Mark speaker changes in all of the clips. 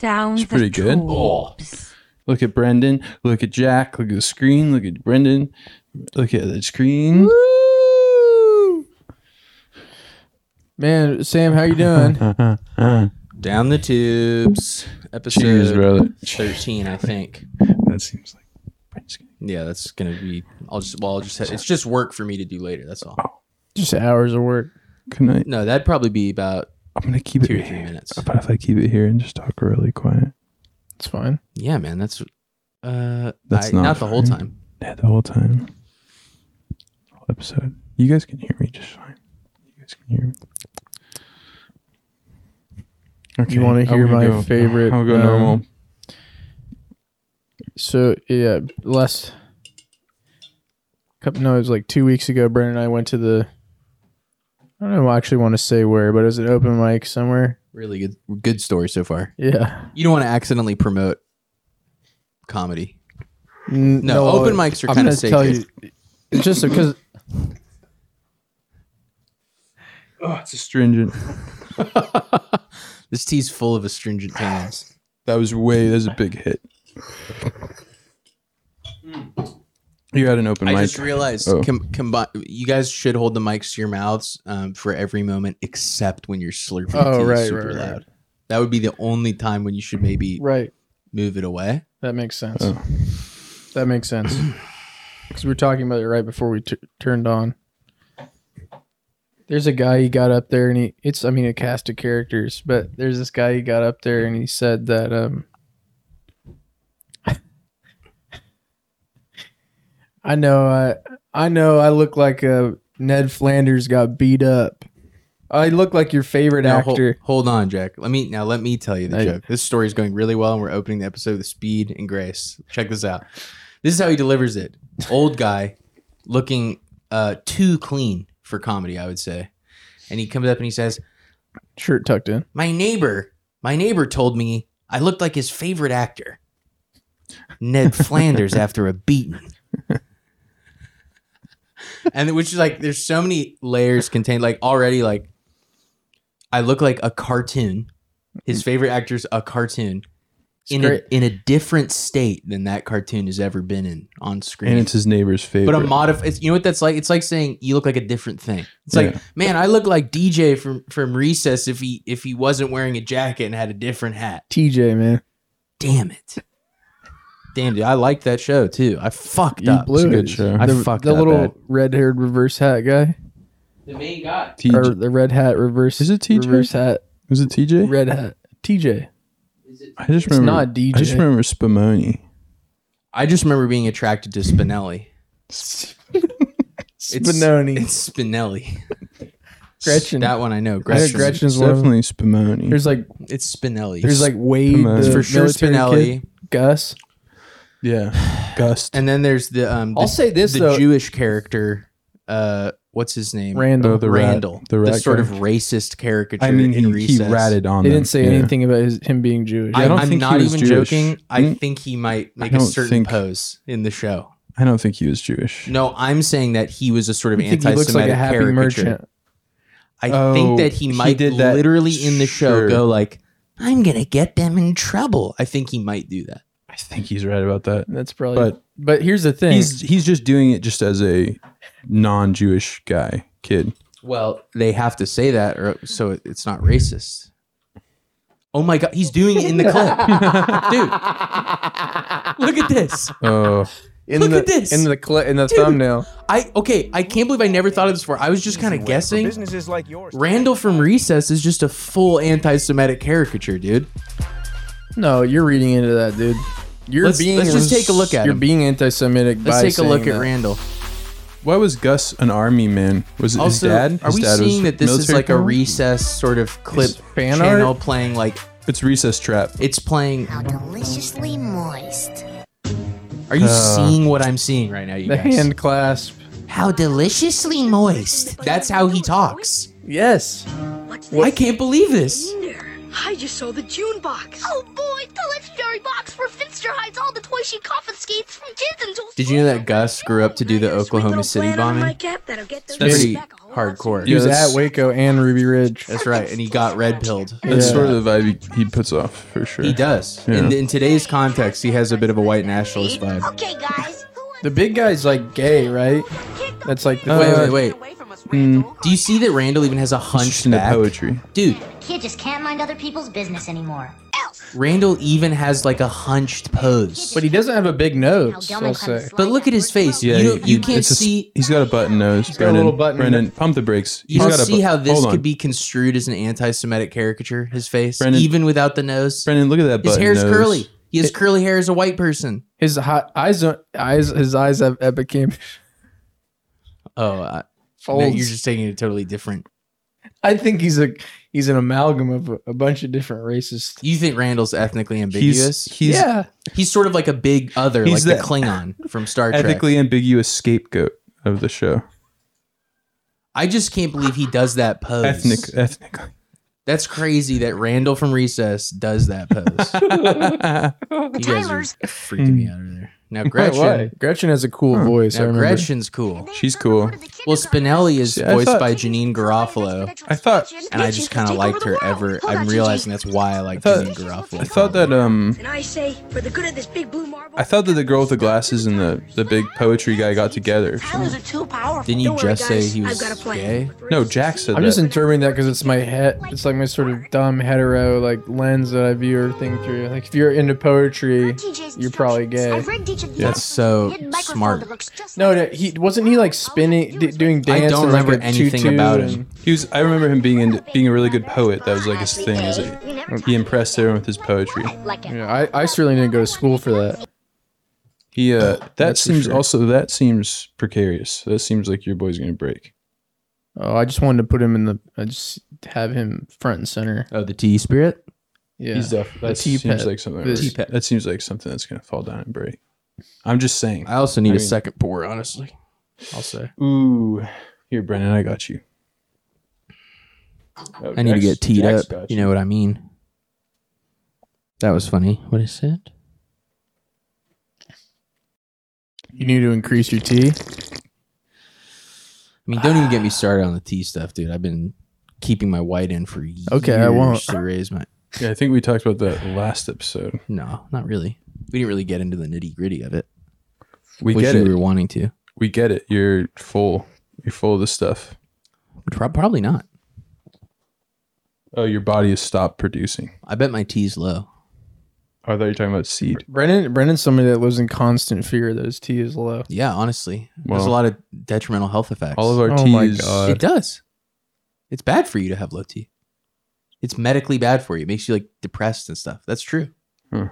Speaker 1: down
Speaker 2: It's
Speaker 1: the
Speaker 2: pretty good.
Speaker 3: Oh.
Speaker 1: Torbs.
Speaker 2: Look at Brendan. Look at Jack. Look at the screen. Look at Brendan. Look at the screen.
Speaker 4: Man, Sam, how you doing?
Speaker 3: Down the tubes. Episode
Speaker 2: Cheers, brother.
Speaker 3: thirteen, I think.
Speaker 2: That seems like Brendan's gonna-
Speaker 3: Yeah, that's gonna be. I'll just. Well, I'll just. It's just work for me to do later. That's all.
Speaker 4: Just hours of work.
Speaker 2: Good night.
Speaker 3: No, that'd probably be about
Speaker 2: I'm gonna keep it
Speaker 3: two or
Speaker 2: here.
Speaker 3: three minutes.
Speaker 2: How about if I keep it here and just talk really quiet?
Speaker 4: It's fine.
Speaker 3: Yeah, man. That's. Uh,
Speaker 2: That's
Speaker 3: I-
Speaker 2: not
Speaker 3: not, the whole
Speaker 2: fair.
Speaker 3: time.
Speaker 2: Yeah, the whole time. Whole episode. You guys can hear me just fine. You guys can hear me. Okay.
Speaker 4: You want to hear
Speaker 2: I'm
Speaker 4: my
Speaker 2: gonna go-
Speaker 4: favorite?
Speaker 2: I'll go
Speaker 4: um,
Speaker 2: normal.
Speaker 4: So yeah, last couple no, it was like two weeks ago. Brandon and I went to the. I don't know. I actually want to say where, but it was an open mic somewhere.
Speaker 3: Really good. Good story so far.
Speaker 4: Yeah.
Speaker 3: You don't want to accidentally promote comedy.
Speaker 4: N-
Speaker 3: No, open
Speaker 4: uh,
Speaker 3: mics are
Speaker 4: I'm
Speaker 3: kind of
Speaker 4: gonna tell
Speaker 3: sacred.
Speaker 4: you- it's just because
Speaker 2: Oh, it's astringent.
Speaker 3: This tea's full of astringent tannins.
Speaker 2: That was way. That was a big hit. You had an open mic.
Speaker 3: Hmm. I just realized
Speaker 2: Oh.
Speaker 3: com- combi- you guys should hold the mics to your mouths um, for every moment except when you're slurping
Speaker 4: Oh,
Speaker 3: tea
Speaker 4: right,
Speaker 3: super
Speaker 4: right, right.
Speaker 3: loud. That would be the only time when you should maybe
Speaker 4: right.
Speaker 3: move it away.
Speaker 4: That makes sense.
Speaker 2: Oh.
Speaker 4: That makes sense. Because we were talking about it right before we t- turned on. There's a guy he got up there and he it's I mean a cast of characters, but there's this guy he got up there and he said that um I know I I know I look like a Ned Flanders got beat up. I look like your favorite
Speaker 3: Now, hol-
Speaker 4: actor.
Speaker 3: hold on, Jack. Let me now let me tell you the
Speaker 4: I-
Speaker 3: joke. This story is going really well, and we're opening the episode with speed and grace. Check this out. This is how he delivers it. Old guy, looking uh, too clean for comedy, I would say. And he comes up and he says,
Speaker 4: Shirt tucked in.
Speaker 3: my neighbor my neighbor told me i looked like his favorite actor ned flanders after a beating and which is like there's so many layers contained like already like i look like a cartoon his favorite actor's a cartoon in a,
Speaker 4: great.
Speaker 3: in a different state than that cartoon has ever been in on screen
Speaker 2: and it's his neighbor's favorite.
Speaker 3: but a modif it's you know what that's like? It's like saying you look like a different thing. It's
Speaker 2: Yeah.
Speaker 3: like, man, I look like DJ from from Recess if he if he wasn't wearing a jacket and had a different hat.
Speaker 4: TJ man.
Speaker 3: Damn it. Damn dude, I liked that show too. I fucked
Speaker 4: You
Speaker 3: up.
Speaker 4: blew
Speaker 2: a
Speaker 4: it.
Speaker 2: good show.
Speaker 3: I
Speaker 4: the,
Speaker 3: fucked
Speaker 4: the
Speaker 3: up
Speaker 4: little
Speaker 3: bad.
Speaker 4: red-haired reverse hat guy.
Speaker 3: The main guy.
Speaker 4: or
Speaker 2: TJ.
Speaker 4: the red hat reverse.
Speaker 2: Is it TJ?
Speaker 4: Reverse hat,
Speaker 2: Was it TJ?
Speaker 4: red hat. TJ.
Speaker 2: I just
Speaker 4: It's
Speaker 2: remember.
Speaker 4: not DJ.
Speaker 2: I just remember Spumoni.
Speaker 3: I just remember being attracted to Spinelli. It's
Speaker 4: Spinoni.
Speaker 3: It's Spinelli.
Speaker 4: Gretchen.
Speaker 3: That one I know.
Speaker 4: I know
Speaker 3: Gretchen.
Speaker 4: Gretchen's
Speaker 2: It's
Speaker 4: one. of them.
Speaker 2: definitely Spumoni.
Speaker 4: There's like
Speaker 3: It's Spinelli.
Speaker 4: there's like Wade
Speaker 2: Spinelli.
Speaker 4: the
Speaker 2: It's
Speaker 3: for sure
Speaker 4: military
Speaker 3: Spinelli.
Speaker 4: kid, Gus.
Speaker 2: yeah, Gust.
Speaker 3: And then there's the um the,
Speaker 4: I'll say this,
Speaker 3: the
Speaker 4: though.
Speaker 3: Jewish character. Uh what's his name?
Speaker 4: Randall.
Speaker 2: Oh, the rat-
Speaker 3: Randall,
Speaker 2: the
Speaker 3: the,
Speaker 2: rat
Speaker 3: sort
Speaker 2: guy.
Speaker 3: of racist caricature.
Speaker 2: I mean,
Speaker 3: in
Speaker 2: he, he
Speaker 3: Recess.
Speaker 2: ratted on.
Speaker 4: they
Speaker 2: them.
Speaker 4: didn't say
Speaker 2: Yeah.
Speaker 4: anything about his, him being Jewish.
Speaker 3: I,
Speaker 2: I don't
Speaker 3: am
Speaker 2: think he
Speaker 3: not
Speaker 2: was
Speaker 3: even
Speaker 2: Jewish.
Speaker 3: joking. I
Speaker 2: Mm.
Speaker 3: think he might make
Speaker 2: I
Speaker 3: a
Speaker 2: don't
Speaker 3: certain
Speaker 2: think-
Speaker 3: pose in the show.
Speaker 2: I don't think he was Jewish.
Speaker 3: No, I'm saying that he was a sort of
Speaker 4: I think he looks like
Speaker 3: anti-Semitic
Speaker 4: a happy
Speaker 3: caricature.
Speaker 4: merchant.
Speaker 3: I
Speaker 2: Oh,
Speaker 3: think that he
Speaker 2: he
Speaker 3: might
Speaker 2: did that-
Speaker 3: literally in the show
Speaker 2: Sure.
Speaker 3: go like, "I'm gonna get them in trouble." I think he might do that.
Speaker 2: I think he's right about that.
Speaker 4: That's probably. But,
Speaker 2: But
Speaker 4: here's the thing.
Speaker 2: he's he's just doing it just as a non-Jewish guy kid.
Speaker 3: Well, they have to say that, or so it- it's not racist. Oh my god, he's doing it in the clip, dude! Look at this.
Speaker 2: Oh,
Speaker 4: in
Speaker 3: look
Speaker 4: the,
Speaker 3: at this.
Speaker 4: in the cli in the thumbnail.
Speaker 3: I okay, I can't believe I never thought of this before. I was just kind of guessing.
Speaker 5: Businesses like yours.
Speaker 3: Randall from Recess is just a full anti-Semitic caricature, dude.
Speaker 4: No, you're reading into that, dude. You're
Speaker 3: Let's-
Speaker 4: being
Speaker 3: let's just take a look at
Speaker 4: You're
Speaker 3: him.
Speaker 4: being anti-Semitic.
Speaker 3: Let's
Speaker 4: by
Speaker 3: take a
Speaker 4: saying
Speaker 3: look at
Speaker 4: that.
Speaker 3: Randall.
Speaker 2: why was Gus an army man? Was it
Speaker 3: Also,
Speaker 2: his dad?
Speaker 3: are we
Speaker 2: His dad was
Speaker 3: seeing that this is
Speaker 2: military
Speaker 3: like a
Speaker 2: colonel?
Speaker 3: Recess sort of clip
Speaker 4: Is fan
Speaker 3: channel
Speaker 4: art?
Speaker 3: playing like
Speaker 2: It's recess trap.
Speaker 3: it's playing?
Speaker 6: How deliciously moist.
Speaker 3: Are you
Speaker 2: Uh,
Speaker 3: seeing what I'm seeing right now, you
Speaker 4: the
Speaker 3: guys?
Speaker 4: hand clasp.
Speaker 3: How deliciously moist. That's how he talks.
Speaker 4: Yes.
Speaker 7: What's
Speaker 3: I can't believe this.
Speaker 7: there? I just saw the June box.
Speaker 8: Oh boy, the legendary box where Finster hides all the toys she confiscates from kids until.
Speaker 3: Did you know that Gus grew up to do the
Speaker 7: Sweet
Speaker 3: Oklahoma
Speaker 7: little
Speaker 3: City
Speaker 7: plan on my
Speaker 3: bombing?
Speaker 7: cap that'll get those
Speaker 3: That's
Speaker 7: kids
Speaker 3: pretty-
Speaker 7: back a whole
Speaker 3: hardcore.
Speaker 4: He was
Speaker 2: Yeah, that's-
Speaker 4: at Waco and Ruby Ridge.
Speaker 3: That's right, and he got red pilled.
Speaker 2: That's
Speaker 4: Yeah.
Speaker 2: sort of the vibe he, he puts off for sure.
Speaker 3: He does.
Speaker 2: Yeah.
Speaker 3: In, in today's context, he has a bit of a white nationalist vibe.
Speaker 6: Okay, guys.
Speaker 4: The big guy's like gay, right? That's like the
Speaker 3: Wait, wait,
Speaker 4: Uh,
Speaker 3: wait. Hmm. Do you see that Randall even has a hunch
Speaker 2: Just into poetry.
Speaker 3: Dude,
Speaker 6: Kid just can't mind other people's business anymore.
Speaker 3: Randall even has like a hunched pose.
Speaker 4: But he doesn't have a big nose. I'll say.
Speaker 3: But look at his face.
Speaker 2: Yeah,
Speaker 3: you,
Speaker 2: he-
Speaker 3: you can't
Speaker 2: it's a s-
Speaker 3: see.
Speaker 2: he's got a button nose.
Speaker 4: got a
Speaker 2: Brennan,
Speaker 4: little button-
Speaker 2: Brennan, pump the brakes.
Speaker 3: You
Speaker 2: He's
Speaker 3: don't
Speaker 2: got a
Speaker 3: see
Speaker 2: bu-
Speaker 3: how this
Speaker 2: hold on.
Speaker 3: could be construed as an anti-Semitic caricature. His face,
Speaker 2: Brendan-
Speaker 3: even without the nose,
Speaker 2: Brennan, look at that
Speaker 3: his
Speaker 2: button
Speaker 3: hair's
Speaker 2: nose.
Speaker 3: curly. He has curly hair as a white person.
Speaker 4: His hi- eyes, don't- eyes, his eyes have epicam
Speaker 3: Oh, I, no,
Speaker 4: folds.
Speaker 3: you're just taking it totally different.
Speaker 4: I think he's a he's an amalgam of a, a bunch of different races.
Speaker 3: You think Randall's ethnically
Speaker 2: He's
Speaker 3: ambiguous? He's,
Speaker 2: he's
Speaker 4: yeah,
Speaker 3: sort of like a big other, like
Speaker 2: He's
Speaker 3: the,
Speaker 2: the-
Speaker 3: Klingon from Star Trek.
Speaker 2: ethically ambiguous scapegoat of the show.
Speaker 3: I just can't believe he does that pose.
Speaker 2: Ethnic, ethnically.
Speaker 3: That's crazy that Randall from Recess does that pose. you guys are freaking me out over there. Now Gretchen,
Speaker 4: Why? Gretchen has a cool voice. I
Speaker 3: now
Speaker 4: remember.
Speaker 3: Gretchen's cool.
Speaker 2: She's cool.
Speaker 3: Well, Spinelli is
Speaker 2: See, I
Speaker 3: voiced
Speaker 2: thought-
Speaker 3: by Janine Garofalo,
Speaker 2: I thought
Speaker 3: and I just kind of liked her ever. I'm realizing that's why I like
Speaker 2: I thought-
Speaker 3: Janine Garofalo.
Speaker 2: I thought that um
Speaker 7: And I say, for the good of this big blue marble.
Speaker 2: I thought that the girl with the glasses and the the big poetry guy got together.
Speaker 6: Powers are too powerful.
Speaker 3: Didn't you
Speaker 7: Don't worry,
Speaker 3: just say
Speaker 7: guys,
Speaker 3: he
Speaker 7: I've
Speaker 3: was
Speaker 7: got a plan.
Speaker 3: gay?
Speaker 2: No, Jack said
Speaker 4: I'm
Speaker 2: that.
Speaker 4: just interpreting that because it's my head. It's like my sort of dumb hetero like lens that I view everything through. Like if you're into poetry, you're probably gay.
Speaker 3: That's so smart.
Speaker 4: No, no, he wasn't he like spinning, d- doing
Speaker 3: I
Speaker 4: dance.
Speaker 3: don't
Speaker 4: in, like,
Speaker 3: remember
Speaker 4: a
Speaker 3: anything
Speaker 4: tutu
Speaker 3: about
Speaker 4: and-
Speaker 3: him.
Speaker 2: he was. I remember him being in, being a really good poet. That was like his thing. Is that he impressed everyone with his poetry.
Speaker 4: Yeah, I, I certainly didn't go to school for that.
Speaker 2: He uh, that
Speaker 4: That's for
Speaker 2: seems
Speaker 4: sure.
Speaker 2: also that seems precarious. That seems like your boy's gonna break.
Speaker 4: Oh, I just wanted to put him in the. I just have him front and center.
Speaker 3: Oh, the tea spirit.
Speaker 4: Yeah,
Speaker 2: He's def- that
Speaker 4: tea
Speaker 2: seems
Speaker 4: pet.
Speaker 2: like something.
Speaker 4: The
Speaker 2: that-
Speaker 4: tea
Speaker 3: pet.
Speaker 2: That seems like something that's gonna fall down and break. I'm just saying.
Speaker 3: I also need
Speaker 2: I
Speaker 3: a
Speaker 2: mean-
Speaker 3: second pour, honestly. I'll say
Speaker 2: Ooh, here, Brennan, I got you. Oh,
Speaker 3: I need to
Speaker 2: Jack's-
Speaker 3: get teed
Speaker 2: Jack's
Speaker 3: up.
Speaker 2: got
Speaker 3: You know what I mean? That was funny. What is it?
Speaker 4: You need to increase your tea.
Speaker 3: I mean, don't even get me started on the tea stuff, dude. I've been keeping my white in for years
Speaker 4: Okay, I won't.
Speaker 3: to raise my.
Speaker 2: Yeah, I think we talked about that last episode.
Speaker 3: No, not really. We didn't really get into the nitty gritty of it.
Speaker 2: We
Speaker 3: Wish
Speaker 2: get
Speaker 3: you
Speaker 2: it.
Speaker 3: were wanting to.
Speaker 2: we get it. You're full. You're full of this stuff.
Speaker 3: Pro- probably not.
Speaker 2: Oh, your body has stopped producing.
Speaker 3: I bet my tea's low.
Speaker 2: Oh, I thought you were talking about seed.
Speaker 4: Brennan, Brennan's somebody that lives in constant fear that his tea is low.
Speaker 3: Yeah, honestly, there's
Speaker 2: Well-
Speaker 3: a lot of detrimental health effects.
Speaker 2: All of our
Speaker 4: Oh
Speaker 2: teas.
Speaker 4: my God.
Speaker 3: it does. It's bad for you to have low T. It's medically bad for you. It makes you like depressed and stuff. That's true.
Speaker 2: Huh.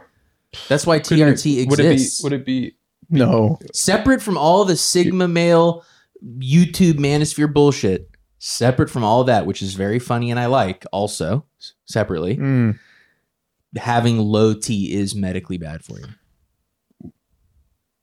Speaker 3: That's why
Speaker 2: Couldn't Hmm. it-
Speaker 3: TRT
Speaker 2: Would it be?
Speaker 3: exists.
Speaker 2: Would it be?
Speaker 4: No,
Speaker 3: separate from all the Sigma male YouTube manosphere bullshit. Separate from all that, which is very funny and I like also s- separately.
Speaker 4: Mm.
Speaker 2: Hmm.
Speaker 3: Having low T is medically bad for you.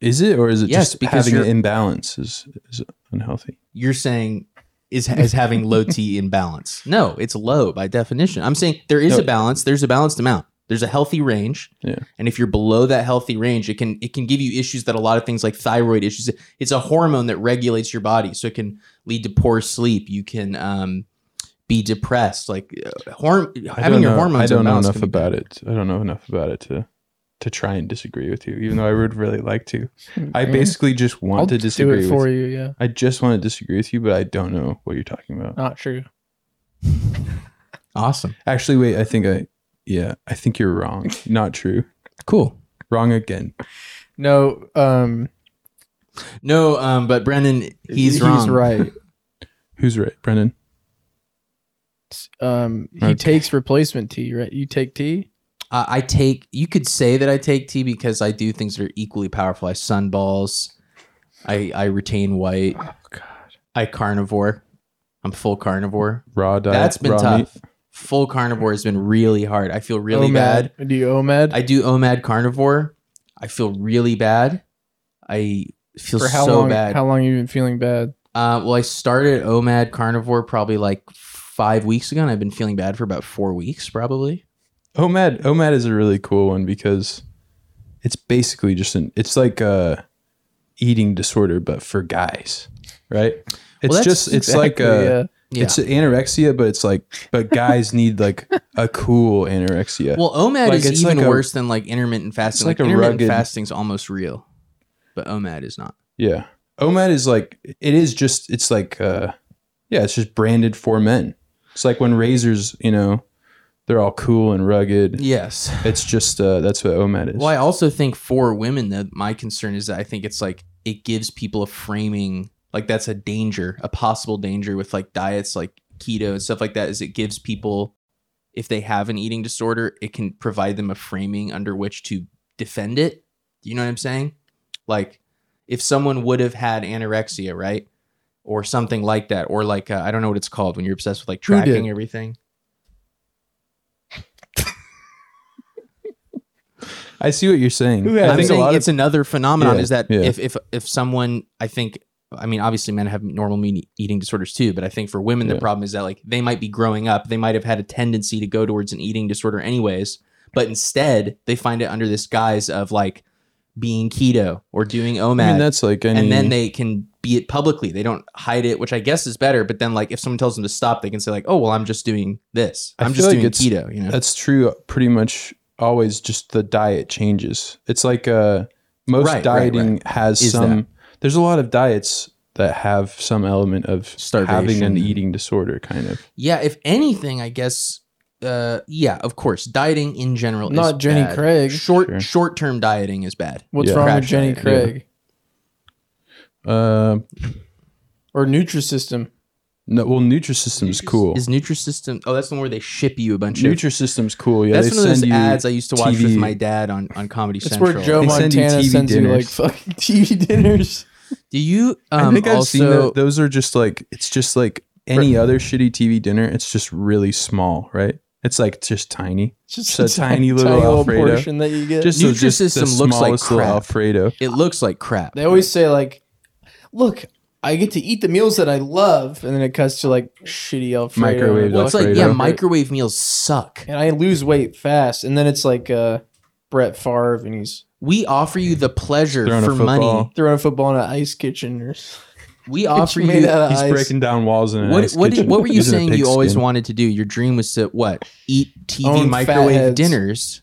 Speaker 2: Is it or is it
Speaker 3: Yes,
Speaker 2: just
Speaker 3: because
Speaker 2: having an
Speaker 3: you're-
Speaker 2: imbalance is is unhealthy?
Speaker 3: you're saying is as having low T imbalance. No, it's low by definition. I'm saying there is
Speaker 2: No.
Speaker 3: a balance. There's a balanced amount. There's a healthy range.
Speaker 2: Yeah.
Speaker 3: And if you're below that healthy range, it can it can give you issues that a lot of things like thyroid issues. It's a hormone that regulates your body, so it can lead to poor sleep. You can um, be depressed. Like uh, horm-
Speaker 2: I
Speaker 3: having
Speaker 2: don't
Speaker 3: your
Speaker 2: know.
Speaker 3: hormones.
Speaker 2: I don't know
Speaker 3: imbalanced
Speaker 2: enough
Speaker 3: can be
Speaker 2: about it. I don't know enough about it to to try and disagree with you, even though I would really like to. I
Speaker 3: Mm.
Speaker 2: basically just want
Speaker 4: Mm. I'll
Speaker 2: to
Speaker 4: do
Speaker 2: disagree
Speaker 4: it
Speaker 2: with
Speaker 4: for
Speaker 2: you.
Speaker 4: you. Yeah,
Speaker 2: I just want to disagree with you, but I don't know what you're talking about.
Speaker 4: not true.
Speaker 3: Awesome.
Speaker 2: Actually, wait. I think I. Yeah, I think you're wrong. Not true.
Speaker 3: Cool.
Speaker 2: Wrong again.
Speaker 4: No, um,
Speaker 3: No, um, but Brendan, he's, wrong.
Speaker 4: He's right.
Speaker 2: Who's right, Brennan?
Speaker 4: Um, he
Speaker 2: Okay.
Speaker 4: takes replacement tea, right? You take tea.
Speaker 3: Uh, I take. You could say that I take tea because I do things that are equally powerful. I sunballs. I I retain white.
Speaker 4: Oh,
Speaker 3: I carnivore. I'm full carnivore.
Speaker 2: Raw diet.
Speaker 3: That's been
Speaker 2: raw
Speaker 3: tough.
Speaker 2: meat?
Speaker 3: Full carnivore has been really hard. I feel really bad.
Speaker 4: Do you OMAD?
Speaker 3: I do OMAD carnivore. I feel really bad. I feel
Speaker 4: For how
Speaker 3: so
Speaker 4: long?
Speaker 3: bad.
Speaker 4: How long have you been feeling bad?
Speaker 3: uh, well, I started OMAD carnivore probably like five weeks ago, and I've been feeling bad for about four weeks, probably.
Speaker 2: OMAD. OMAD is a really cool one because it's basically just an. It's like a eating disorder, but for guys, right? It's
Speaker 3: that's uh,
Speaker 2: just it's like uh,
Speaker 4: exactly,
Speaker 2: a it's anorexia, but it's like but guys need like a cool anorexia.
Speaker 3: Well, OMAD
Speaker 2: Like,
Speaker 3: is
Speaker 2: it's
Speaker 3: even
Speaker 2: like a-
Speaker 3: worse than like intermittent fasting.
Speaker 2: like
Speaker 3: Like,
Speaker 2: a
Speaker 3: intermittent
Speaker 2: rugged-
Speaker 3: fasting's almost real, but OMAD is not.
Speaker 2: yeah, OMAD is like it is just it's like uh yeah, it's just branded for men. It's like when razors, you know, they're all cool and rugged.
Speaker 3: Yes.
Speaker 2: It's just uh that's what OMAD is.
Speaker 3: Well, I also think for women, though, my concern is that I think it's like it gives people a framing, like that's a danger, a possible danger with like diets like keto and stuff like that, is it gives people, if they have an eating disorder, it can provide them a framing under which to defend it. You know what I'm saying? Like if someone would have had anorexia, right? Or something like that, or like uh, I don't know what it's called when you're obsessed with like
Speaker 4: Who did?
Speaker 3: tracking everything.
Speaker 2: I see what you're saying.
Speaker 4: Who
Speaker 2: I
Speaker 4: has-
Speaker 3: I'm
Speaker 2: think a
Speaker 3: saying
Speaker 2: lot
Speaker 3: it's
Speaker 2: of
Speaker 3: another phenomenon
Speaker 2: Yeah,
Speaker 3: is that
Speaker 2: yeah.
Speaker 3: if if if someone I think I mean obviously men have normal mean, eating disorders too, but I think for women the
Speaker 2: Yeah.
Speaker 3: problem is that like they might be growing up, they might have had a tendency to go towards an eating disorder anyways, but instead they find it under this guise of like being keto or doing OMAD.
Speaker 2: I mean that's like any,
Speaker 3: and then they can be it publicly. They don't hide it, which I guess is better. But then, like, if someone tells them to stop, they can say, like, "Oh, well, I'm just doing this.
Speaker 2: I
Speaker 3: I'm
Speaker 2: feel
Speaker 3: just
Speaker 2: like
Speaker 3: doing
Speaker 2: it's-
Speaker 3: keto." You know,
Speaker 2: that's true uh, pretty much always just the diet changes. It's like uh most
Speaker 3: Right, right,
Speaker 2: dieting has
Speaker 3: Is
Speaker 2: some there's a lot of diets that have some element of having
Speaker 3: Starvation
Speaker 2: an
Speaker 3: and-
Speaker 2: eating disorder kind of.
Speaker 3: Yeah, if anything, I guess. Uh, yeah, of course. Dieting in general, is
Speaker 4: Not Jenny
Speaker 3: bad.
Speaker 4: Craig.
Speaker 3: Short
Speaker 2: Sure.
Speaker 3: short term dieting is bad.
Speaker 4: What's
Speaker 2: Yeah.
Speaker 4: wrong with
Speaker 3: Crash
Speaker 4: Jenny
Speaker 3: diet,
Speaker 2: yeah.
Speaker 4: Craig
Speaker 2: Um
Speaker 4: or Nutrisystem?
Speaker 2: no, well Nutrisystem's cool.
Speaker 3: Is Nutrisystem? Oh, that's the one where they ship you a bunch of.
Speaker 2: Nutrisystem's cool. Yeah,
Speaker 3: that's
Speaker 2: they
Speaker 3: one of those
Speaker 2: send you
Speaker 3: ads I used to watch with
Speaker 2: TV.
Speaker 3: my dad on on Comedy
Speaker 4: That's
Speaker 3: Central.
Speaker 4: where Joe
Speaker 2: They send you
Speaker 4: Montana
Speaker 2: TV
Speaker 4: sends you like
Speaker 2: dinners.
Speaker 4: fucking TV dinners.
Speaker 3: Do you? Um,
Speaker 2: I think I've
Speaker 3: also,
Speaker 2: seen tho- those are just like it's just like any other shitty TV dinner. It's just really small, right? It's like just tiny.
Speaker 4: It's just
Speaker 2: So tiny little Alfredo.
Speaker 4: portion that you get.
Speaker 2: Just so just the
Speaker 3: Nutrisystem looks like
Speaker 2: smallest little
Speaker 3: crap.
Speaker 2: Alfredo.
Speaker 3: It looks like crap.
Speaker 4: they always say like, "Look, I get to eat the meals that I love," and then it cuts to like shitty Alfredo.
Speaker 2: Microwaved
Speaker 3: Well, it's like yeah,
Speaker 2: Alfredo.
Speaker 3: microwave meals suck.
Speaker 4: and I lose weight fast, and then it's like uh, Brett Favre, and he's
Speaker 3: We offer you the pleasure
Speaker 2: Throwing a
Speaker 3: for money.
Speaker 2: football.
Speaker 4: throwing a football in an ice kitchen or
Speaker 3: We offer
Speaker 4: made
Speaker 3: you.
Speaker 4: out of
Speaker 2: He's
Speaker 4: ice.
Speaker 2: breaking down walls in an
Speaker 3: What
Speaker 2: ice
Speaker 3: what,
Speaker 2: kitchen
Speaker 3: what were you
Speaker 2: using a
Speaker 3: saying?
Speaker 2: pig
Speaker 3: You always
Speaker 2: skin.
Speaker 3: wanted to do. Your dream was to what? Eat TV
Speaker 4: Own fat
Speaker 3: microwave
Speaker 4: heads.
Speaker 3: dinners.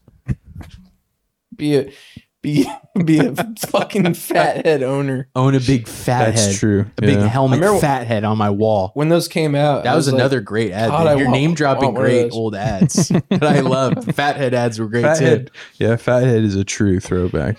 Speaker 4: be a be be a fucking fathead owner.
Speaker 3: own a big fat
Speaker 2: That's
Speaker 3: head.
Speaker 2: true.
Speaker 3: A big
Speaker 2: yeah.
Speaker 3: helmet
Speaker 4: I remember-
Speaker 3: fat head on my wall.
Speaker 4: When those came out,
Speaker 3: That
Speaker 4: I
Speaker 3: was,
Speaker 4: like,
Speaker 3: another great ad.
Speaker 4: God,
Speaker 3: dude.
Speaker 4: I
Speaker 3: You're
Speaker 4: want-
Speaker 3: name dropping
Speaker 4: want one of
Speaker 3: great
Speaker 4: those.
Speaker 3: old ads that I loved. Fathead ads were great too.
Speaker 2: Fathead. Yeah, fathead is a true throwback.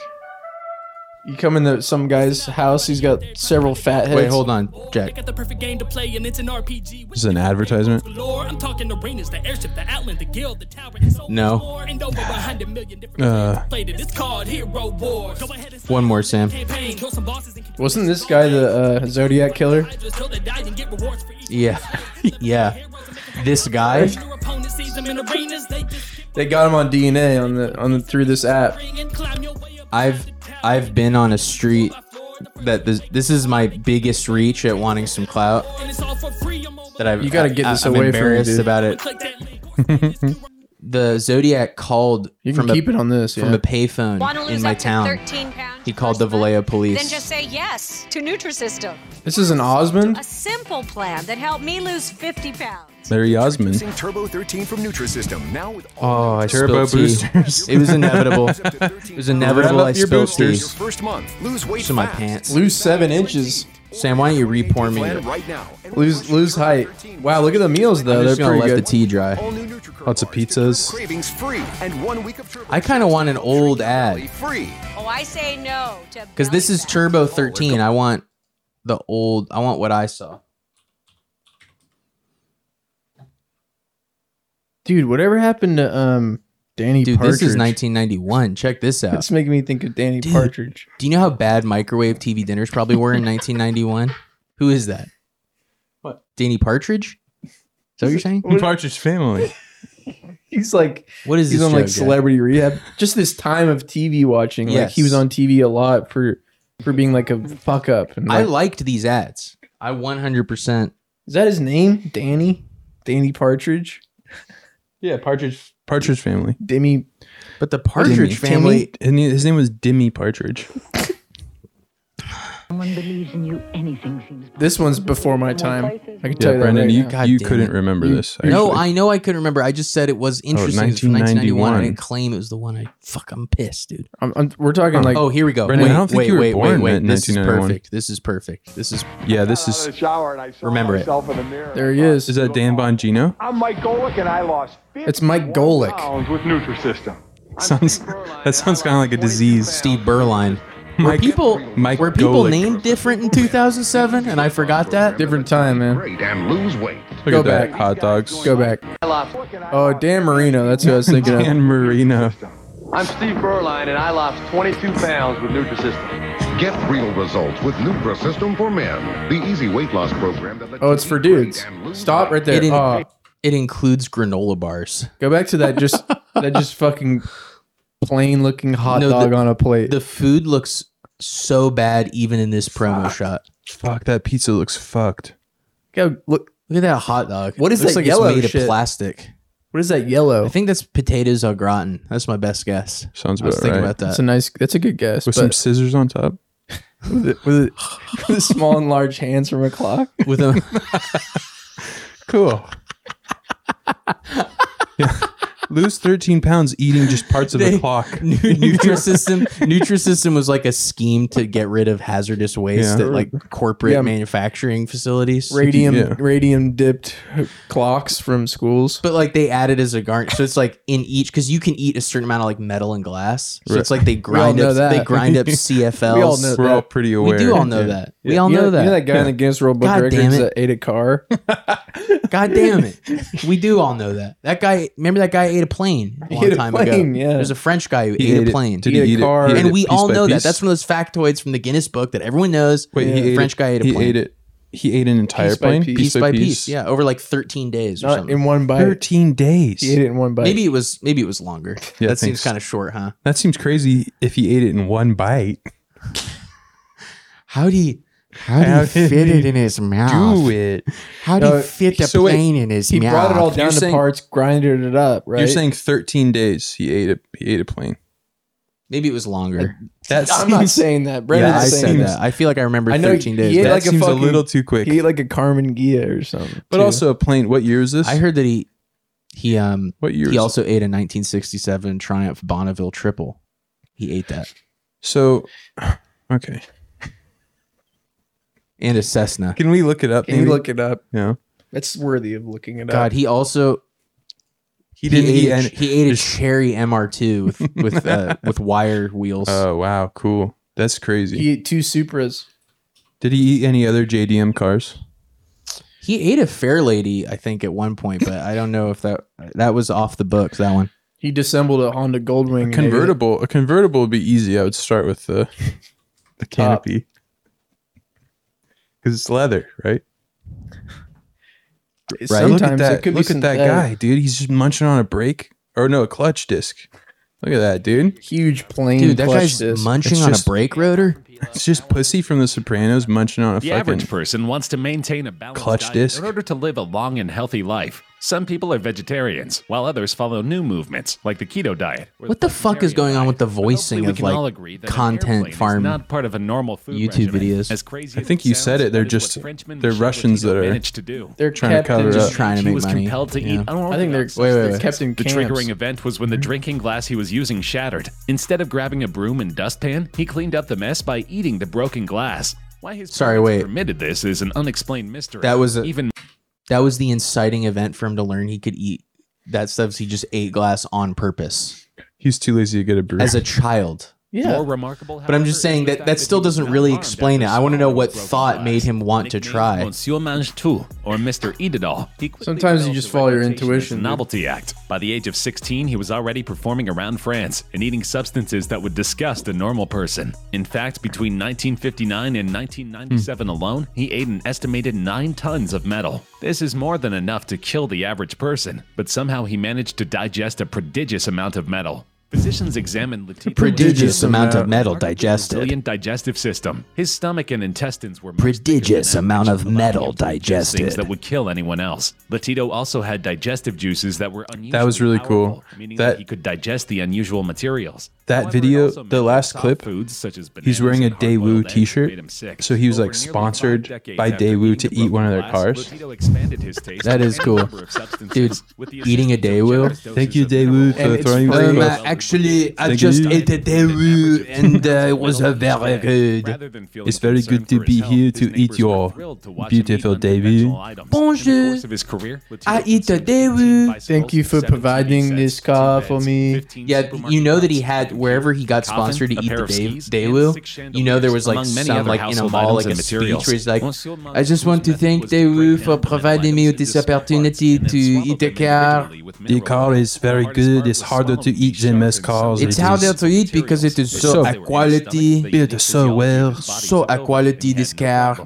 Speaker 4: you come into some guy's house, he's got several fatheads.
Speaker 3: Wait, hold on, Jack.
Speaker 1: I got the perfect game to play, and it's an RPG.
Speaker 2: This is an advertisement?
Speaker 1: Galore. I'm talking arenas, the airship, the outland, the guild, the tower, and so much
Speaker 3: No.
Speaker 1: more. And over 100 million different
Speaker 2: Uh.
Speaker 1: games played it. It's called Hero Wars. Go ahead and
Speaker 3: One more, Sam.
Speaker 1: campaign, kill some bosses and keep-
Speaker 4: Wasn't this guy the uh, Zodiac killer?
Speaker 1: Just kill the dies and get rewards for each-
Speaker 3: Yeah, yeah. This guy.
Speaker 1: Your opponent sees them in arenas, they just keep
Speaker 4: They got him on DNA on the on the through this app.
Speaker 1: bringing, climb your way up.
Speaker 3: I've I've been on a street that this, this is my biggest reach at wanting some clout.
Speaker 1: And it's all for free. I'm over.
Speaker 3: That I've
Speaker 4: You gotta get
Speaker 3: I-
Speaker 4: this
Speaker 3: I'm
Speaker 4: away from you,
Speaker 3: embarrassed
Speaker 4: dude.
Speaker 3: about it.
Speaker 1: Click that link. or send this to-
Speaker 3: The Zodiac called
Speaker 4: You can
Speaker 3: from a,
Speaker 4: keep it on this.
Speaker 3: from
Speaker 4: yeah.
Speaker 3: a payphone in my town.
Speaker 5: pounds
Speaker 3: He called the Vallejo police.
Speaker 5: Then just say yes to Nutrisystem,
Speaker 4: this is an Osmond.
Speaker 5: a simple plan that helped me lose 50 pounds.
Speaker 2: Larry Osmond.
Speaker 9: Using Turbo 13 from Nutrisystem now with
Speaker 3: Oh, I
Speaker 2: Turbo
Speaker 3: spilled tea.
Speaker 2: boosters.
Speaker 3: It was inevitable. It was inevitable.
Speaker 2: Rev up
Speaker 3: I
Speaker 2: your
Speaker 3: spilled tea.
Speaker 9: your first month. Lose weight
Speaker 3: To my
Speaker 9: fast.
Speaker 3: pants.
Speaker 4: Lose seven inches.
Speaker 3: Sam, why don't you re-pour me?
Speaker 9: Plan
Speaker 3: I'm
Speaker 9: right now. and
Speaker 4: Lose
Speaker 9: crush your
Speaker 4: lose
Speaker 9: Turbo
Speaker 4: height.
Speaker 9: 13
Speaker 4: Wow, look at the meals though.
Speaker 3: just
Speaker 4: They're
Speaker 3: gonna
Speaker 4: pretty
Speaker 3: let the
Speaker 4: good.
Speaker 3: tea dry.
Speaker 9: All new Nutricurve
Speaker 2: Lots of
Speaker 9: bars to
Speaker 2: pizzas.
Speaker 9: curb Cravings free and one week of Turbo
Speaker 3: I kinda want an old ad.
Speaker 9: Free.
Speaker 5: Oh, I say no to
Speaker 3: Because this is
Speaker 5: true.
Speaker 3: Turbo 13. I want the old. I want what I saw.
Speaker 4: Dude, whatever happened to um Danny
Speaker 3: Dude,
Speaker 4: Partridge?
Speaker 3: this is 1991. Check this out.
Speaker 4: It's making me think of Danny Partridge.
Speaker 3: Do you know how bad microwave TV dinners probably were in 1991? Who is that? What? Danny Partridge? Is that what you're saying?
Speaker 2: Partridge Family.
Speaker 4: He's like
Speaker 3: What is
Speaker 4: he's
Speaker 3: this
Speaker 4: on
Speaker 3: show,
Speaker 4: like
Speaker 3: Jack?
Speaker 4: celebrity rehab. Just this time of TV watching. Like
Speaker 3: Yes.
Speaker 4: he was on TV a lot for for being like a fuck up. And
Speaker 3: I
Speaker 4: like,
Speaker 3: liked these ads. I 100%.
Speaker 4: is that his name? Danny? Danny Partridge?
Speaker 2: Yeah, Partridge Partridge Family.
Speaker 4: Demi
Speaker 3: But the Partridge
Speaker 2: Dimmy.
Speaker 3: family.
Speaker 2: Timmy- and he- his name was Dimmy Partridge.
Speaker 10: someone believes in you, anything seems possible.
Speaker 4: This one's before my time. I can tell
Speaker 2: Yeah,
Speaker 4: you
Speaker 2: Brendan,
Speaker 4: that right
Speaker 2: you
Speaker 4: now.
Speaker 3: God
Speaker 2: you
Speaker 3: damn
Speaker 2: couldn't
Speaker 3: it.
Speaker 2: remember
Speaker 4: You-
Speaker 2: this.
Speaker 3: No,
Speaker 2: actually.
Speaker 3: I know I couldn't remember. I just said it was
Speaker 4: Oh,
Speaker 3: interesting. it was from 1991.
Speaker 2: 1991.
Speaker 3: I didn't claim it was the one I fuck. I'm pissed, dude.
Speaker 4: I'm, I'm, we're talking like
Speaker 3: oh, here we go.
Speaker 2: Brendan,
Speaker 3: wait,
Speaker 2: I don't think
Speaker 3: wait,
Speaker 2: you were
Speaker 3: wait,
Speaker 2: born
Speaker 3: wait, wait.
Speaker 2: in
Speaker 3: This is
Speaker 2: 1991.
Speaker 3: perfect. This is perfect. This is
Speaker 2: Yeah, this is
Speaker 11: shower and I saw
Speaker 3: Remember it.
Speaker 11: myself in the mirror.
Speaker 4: there he is.
Speaker 2: is that Dan Bongino?
Speaker 11: I'm Mike Golick and I lost 50
Speaker 4: It's Mike Golick.
Speaker 11: pounds with Nutrisystem. I'm
Speaker 2: Sounds
Speaker 11: Steve Berline,
Speaker 2: that sounds
Speaker 11: and
Speaker 2: kind
Speaker 11: I
Speaker 2: of
Speaker 11: lost
Speaker 2: like
Speaker 11: 42
Speaker 2: a disease.
Speaker 11: pounds.
Speaker 3: Steve Berline. were
Speaker 2: Mike-
Speaker 3: people
Speaker 2: Mike
Speaker 3: were people
Speaker 2: Golick.
Speaker 3: named different in 2007? And I forgot that.
Speaker 4: Different time, man.
Speaker 9: and lose weight.
Speaker 2: Look
Speaker 4: Go
Speaker 2: at that.
Speaker 4: back.
Speaker 2: Hot dogs.
Speaker 4: Go back. Oh, Dan Marino. That's who I was thinking of.
Speaker 2: Dan Marino.
Speaker 11: I'm Steve Berline and I lost 22 pounds with Nutrisystem.
Speaker 9: Get real results with Nutrisystem for Men, the easy weight loss program that lets
Speaker 4: Oh, it's for dudes. Stop right there.
Speaker 3: It in-
Speaker 4: Oh,
Speaker 3: It includes granola bars.
Speaker 4: go back to that just that just fucking plain looking hot
Speaker 3: No, the-
Speaker 4: dog on a plate.
Speaker 3: The food looks so bad, even in this promo shot.
Speaker 2: Fuck that pizza looks fucked.
Speaker 4: go look.
Speaker 3: Look at that hot dog.
Speaker 4: What is
Speaker 3: Looks
Speaker 4: that
Speaker 3: like
Speaker 4: yellow
Speaker 3: it's made
Speaker 4: shit?
Speaker 3: of plastic.
Speaker 4: What is that yellow?
Speaker 3: I think that's potatoes au gratin. That's my best guess.
Speaker 2: Sounds
Speaker 3: I was
Speaker 2: about
Speaker 3: thinking
Speaker 2: right.
Speaker 3: about
Speaker 4: that's
Speaker 3: that.
Speaker 4: a nice. That's a good guess.
Speaker 2: With
Speaker 4: but-
Speaker 2: some scissors on top.
Speaker 4: with, it, with, it, with the small and large hands from a clock.
Speaker 3: With a
Speaker 2: Cool. Lose 13 pounds eating just parts of
Speaker 3: They-
Speaker 2: the clock.
Speaker 3: Nu- Nutrisystem. Nutrisystem was like a scheme to get rid of hazardous waste
Speaker 2: Yeah.
Speaker 3: at like corporate
Speaker 4: Yeah.
Speaker 3: manufacturing facilities.
Speaker 4: Radium
Speaker 2: Yeah.
Speaker 4: radium dipped clocks from schools.
Speaker 3: But like they added as a garnish, so it's like in each because you can eat a certain amount of like metal and glass. So it's like they grind
Speaker 4: know
Speaker 3: up,
Speaker 4: that.
Speaker 3: they grind up CFLs.
Speaker 4: We all know
Speaker 2: We're all
Speaker 4: that.
Speaker 2: pretty
Speaker 3: We
Speaker 2: aware.
Speaker 3: do all know
Speaker 2: Yeah.
Speaker 3: that. We all
Speaker 4: You
Speaker 3: know, that.
Speaker 4: You know that guy in the Guinness World Book
Speaker 3: God damn
Speaker 4: Records
Speaker 3: it.
Speaker 4: that ate a car?
Speaker 3: God damn it. We do all know that. That guy, remember that guy ate a plane a
Speaker 4: He
Speaker 3: long
Speaker 4: ate a
Speaker 3: time
Speaker 4: plane,
Speaker 3: ago.
Speaker 4: yeah.
Speaker 3: There's a French guy who
Speaker 2: He
Speaker 3: ate,
Speaker 2: ate
Speaker 3: a
Speaker 2: it.
Speaker 3: plane.
Speaker 2: Did
Speaker 4: He
Speaker 2: he,
Speaker 4: ate a
Speaker 2: eat it?
Speaker 4: car.
Speaker 2: He ate
Speaker 4: And
Speaker 2: it
Speaker 3: and we
Speaker 2: piece
Speaker 3: all
Speaker 2: by
Speaker 3: know that.
Speaker 2: piece?
Speaker 3: That's one of those factoids from the Guinness book that everyone knows.
Speaker 2: Wait,
Speaker 3: The
Speaker 2: he ate
Speaker 3: French
Speaker 2: it.
Speaker 3: guy ate a
Speaker 2: he
Speaker 3: plane.
Speaker 2: Ate it. He ate an entire
Speaker 4: Piece by
Speaker 2: plane,
Speaker 4: piece.
Speaker 3: Piece by piece. Yeah, over like 13 days or
Speaker 4: Not
Speaker 3: something.
Speaker 4: in one bite.
Speaker 2: 13 days.
Speaker 4: He ate it in one bite.
Speaker 3: Maybe it was maybe it was longer.
Speaker 2: Yeah,
Speaker 3: that seems
Speaker 2: thanks.
Speaker 3: kind of short, huh?
Speaker 2: That seems crazy if he ate it in one bite.
Speaker 3: How do you how
Speaker 2: How did he
Speaker 3: his
Speaker 2: Do it.
Speaker 3: How
Speaker 4: No,
Speaker 3: fit
Speaker 2: so wait,
Speaker 3: in his
Speaker 4: he brought it all
Speaker 2: You're
Speaker 4: down to
Speaker 2: saying-
Speaker 4: parts, grinded it up, right?
Speaker 2: You're saying 13 days he ate a he ate a plane.
Speaker 3: Maybe it was longer.
Speaker 2: That's
Speaker 4: I'm not saying that. Brendan's
Speaker 3: Yeah, I
Speaker 4: saying
Speaker 3: said
Speaker 4: that.
Speaker 3: that. I feel like I remember
Speaker 4: I know
Speaker 3: 13 days.
Speaker 4: he ate
Speaker 3: back.
Speaker 2: that
Speaker 4: like a
Speaker 2: seems a,
Speaker 4: fucking-
Speaker 2: little too quick.
Speaker 4: He ate like a Carmen Gia or something.
Speaker 2: but
Speaker 4: too.
Speaker 2: also a plane. What year is this?
Speaker 3: I heard that he he um
Speaker 2: What year?
Speaker 3: he
Speaker 2: is
Speaker 3: also ate a 1967 Triumph Bonneville triple. He ate that
Speaker 2: So, okay.
Speaker 3: and a Cessna.
Speaker 2: Can we look it up?
Speaker 4: can you
Speaker 2: maybe?
Speaker 4: look it up?
Speaker 2: Yeah.
Speaker 4: That's worthy of looking it
Speaker 3: God,
Speaker 4: up.
Speaker 3: he also
Speaker 2: He didn't eat
Speaker 3: he ate, a,
Speaker 2: any.
Speaker 3: he ate a cherry MR2 with with uh, with wire wheels.
Speaker 2: Oh wow, cool. That's crazy.
Speaker 4: He ate two Supras.
Speaker 2: Did he eat any other JDM cars?
Speaker 3: he ate a Fair Lady, I think, at one point, but I don't know if that that was off the books. That one.
Speaker 4: He dissembled a Honda Goldwing. and ate it.
Speaker 2: Convertible. A convertible would be easy. I would start with the the canopy because it's leather, right?
Speaker 4: Sometimes
Speaker 2: look at that.
Speaker 4: it could be
Speaker 2: look at that
Speaker 4: synthetic.
Speaker 2: guy, dude. He's just munching on a brake or no, a clutch disc. Look at that, dude.
Speaker 4: Huge plane.
Speaker 3: Dude, that guy's
Speaker 4: disc.
Speaker 3: munching
Speaker 2: It's
Speaker 3: on
Speaker 2: just-
Speaker 3: a brake rotor.
Speaker 2: It's just pussy from The Sopranos munching on a
Speaker 12: The
Speaker 2: fucking.
Speaker 12: average person wants to maintain a balanced
Speaker 2: clutch
Speaker 12: diet
Speaker 2: disc.
Speaker 12: in order to live a long and healthy life. Some people are vegetarians, while others follow new movements like the keto diet. or
Speaker 3: What the fuck is going on with the
Speaker 12: Hopefully
Speaker 3: voicing
Speaker 12: we
Speaker 3: of
Speaker 12: can all
Speaker 3: like
Speaker 12: agree that an airplane
Speaker 3: content
Speaker 12: is
Speaker 3: farm?
Speaker 12: not part of a normal food
Speaker 3: YouTube
Speaker 12: regimen.
Speaker 3: videos.
Speaker 12: As crazy
Speaker 2: I
Speaker 12: as
Speaker 2: think
Speaker 12: it
Speaker 2: you
Speaker 12: sounds,
Speaker 2: said it, they're
Speaker 12: that is what
Speaker 2: just-
Speaker 12: Frenchmen
Speaker 2: they're
Speaker 12: Michel
Speaker 2: Russians
Speaker 12: Petito
Speaker 2: that are-
Speaker 12: managed to do.
Speaker 4: They're
Speaker 2: trying to cover
Speaker 4: kept in-
Speaker 2: it up.
Speaker 3: Just trying to
Speaker 12: he
Speaker 3: make
Speaker 12: was
Speaker 3: money.
Speaker 12: compelled to
Speaker 3: Yeah.
Speaker 12: eat unorthodox
Speaker 4: I think they're,
Speaker 3: Wait, wait,
Speaker 4: they're
Speaker 3: wait.
Speaker 4: kept in
Speaker 12: the
Speaker 4: camps.
Speaker 12: triggering event was when the drinking glass he was using shattered. Instead of grabbing a broom and dustpan, he cleaned up the mess by eating the broken glass. Why his
Speaker 3: Sorry,
Speaker 12: parents
Speaker 3: wait.
Speaker 12: permitted this is an unexplained mystery.
Speaker 3: That was a-
Speaker 12: even
Speaker 3: that was the inciting event for him to learn he could eat that stuff. He just ate glass on purpose
Speaker 2: He's too lazy to get a brew.
Speaker 3: as a child.
Speaker 12: more
Speaker 4: Yeah.
Speaker 12: remarkable.
Speaker 3: But I'm just saying that that still doesn't really explain it. I want to know what thought made him want to try.
Speaker 12: Monsieur Mange Tout or Mr. Eat It All. He quickly
Speaker 4: Sometimes you
Speaker 12: developed
Speaker 4: just
Speaker 12: a
Speaker 4: follow your
Speaker 12: reputation as
Speaker 4: intuition,
Speaker 12: a
Speaker 4: dude.
Speaker 12: Novelty act. By the age of 16, he was already performing around France and eating substances that would disgust a normal person. In fact, between 1959 and 1997
Speaker 4: Hmm.
Speaker 12: alone, he ate an estimated nine tons of metal. This is more than enough to kill the average person, but somehow he managed to digest a prodigious amount of metal. Physicians examined Letitia.
Speaker 3: Prodigious amount of metal digested.
Speaker 12: Resilient digestive system. His stomach and intestines were
Speaker 13: Prodigious amount of metal
Speaker 12: things that
Speaker 13: digested.
Speaker 12: would kill anyone else. Latito also had digestive juices that were unusual.
Speaker 2: That was really cool.
Speaker 12: meaning that,
Speaker 2: That
Speaker 12: he could digest the unusual materials.
Speaker 2: that video, the last clip, he's wearing a Daewoo T-shirt, so he was like sponsored by Daewoo to eat one of their cars.
Speaker 12: Lotito expanded his taste.
Speaker 2: That is cool.
Speaker 3: Dude, eating a Daewoo.
Speaker 2: Thank you, Daewoo,
Speaker 3: And
Speaker 2: for
Speaker 3: it's
Speaker 2: throwing
Speaker 3: free.
Speaker 2: me.
Speaker 3: Um, uh, actually, I
Speaker 2: Thank
Speaker 3: just
Speaker 2: you.
Speaker 3: ate a Daewoo and uh, it was uh, very good.
Speaker 2: It's very good to be here to eat your beautiful Daewoo.
Speaker 3: Bonjour.
Speaker 12: Of his career, Lotito
Speaker 3: I eat a Daewoo.
Speaker 4: Thank you for providing this car for me.
Speaker 3: Yeah, you know that he had wherever he got
Speaker 12: coffin,
Speaker 3: sponsored
Speaker 12: a
Speaker 3: to eat
Speaker 12: pair
Speaker 3: the
Speaker 12: of
Speaker 3: Dave,
Speaker 12: skis,
Speaker 3: Daewoo. You know there was like
Speaker 12: among many
Speaker 3: some
Speaker 12: other
Speaker 3: like in a
Speaker 12: household
Speaker 3: mall like
Speaker 12: items
Speaker 3: a
Speaker 12: and
Speaker 3: speech
Speaker 12: materials.
Speaker 3: where he's like,
Speaker 12: Monsieur
Speaker 3: I just want to thank Daewoo for providing me with this opportunity to eat a car.
Speaker 2: The car is very good. It's harder to eat than most cars.
Speaker 3: It's
Speaker 2: It
Speaker 3: harder
Speaker 2: is.
Speaker 3: to eat because it is so
Speaker 2: So-
Speaker 3: high quality.
Speaker 2: Built so well.
Speaker 3: So high quality this car.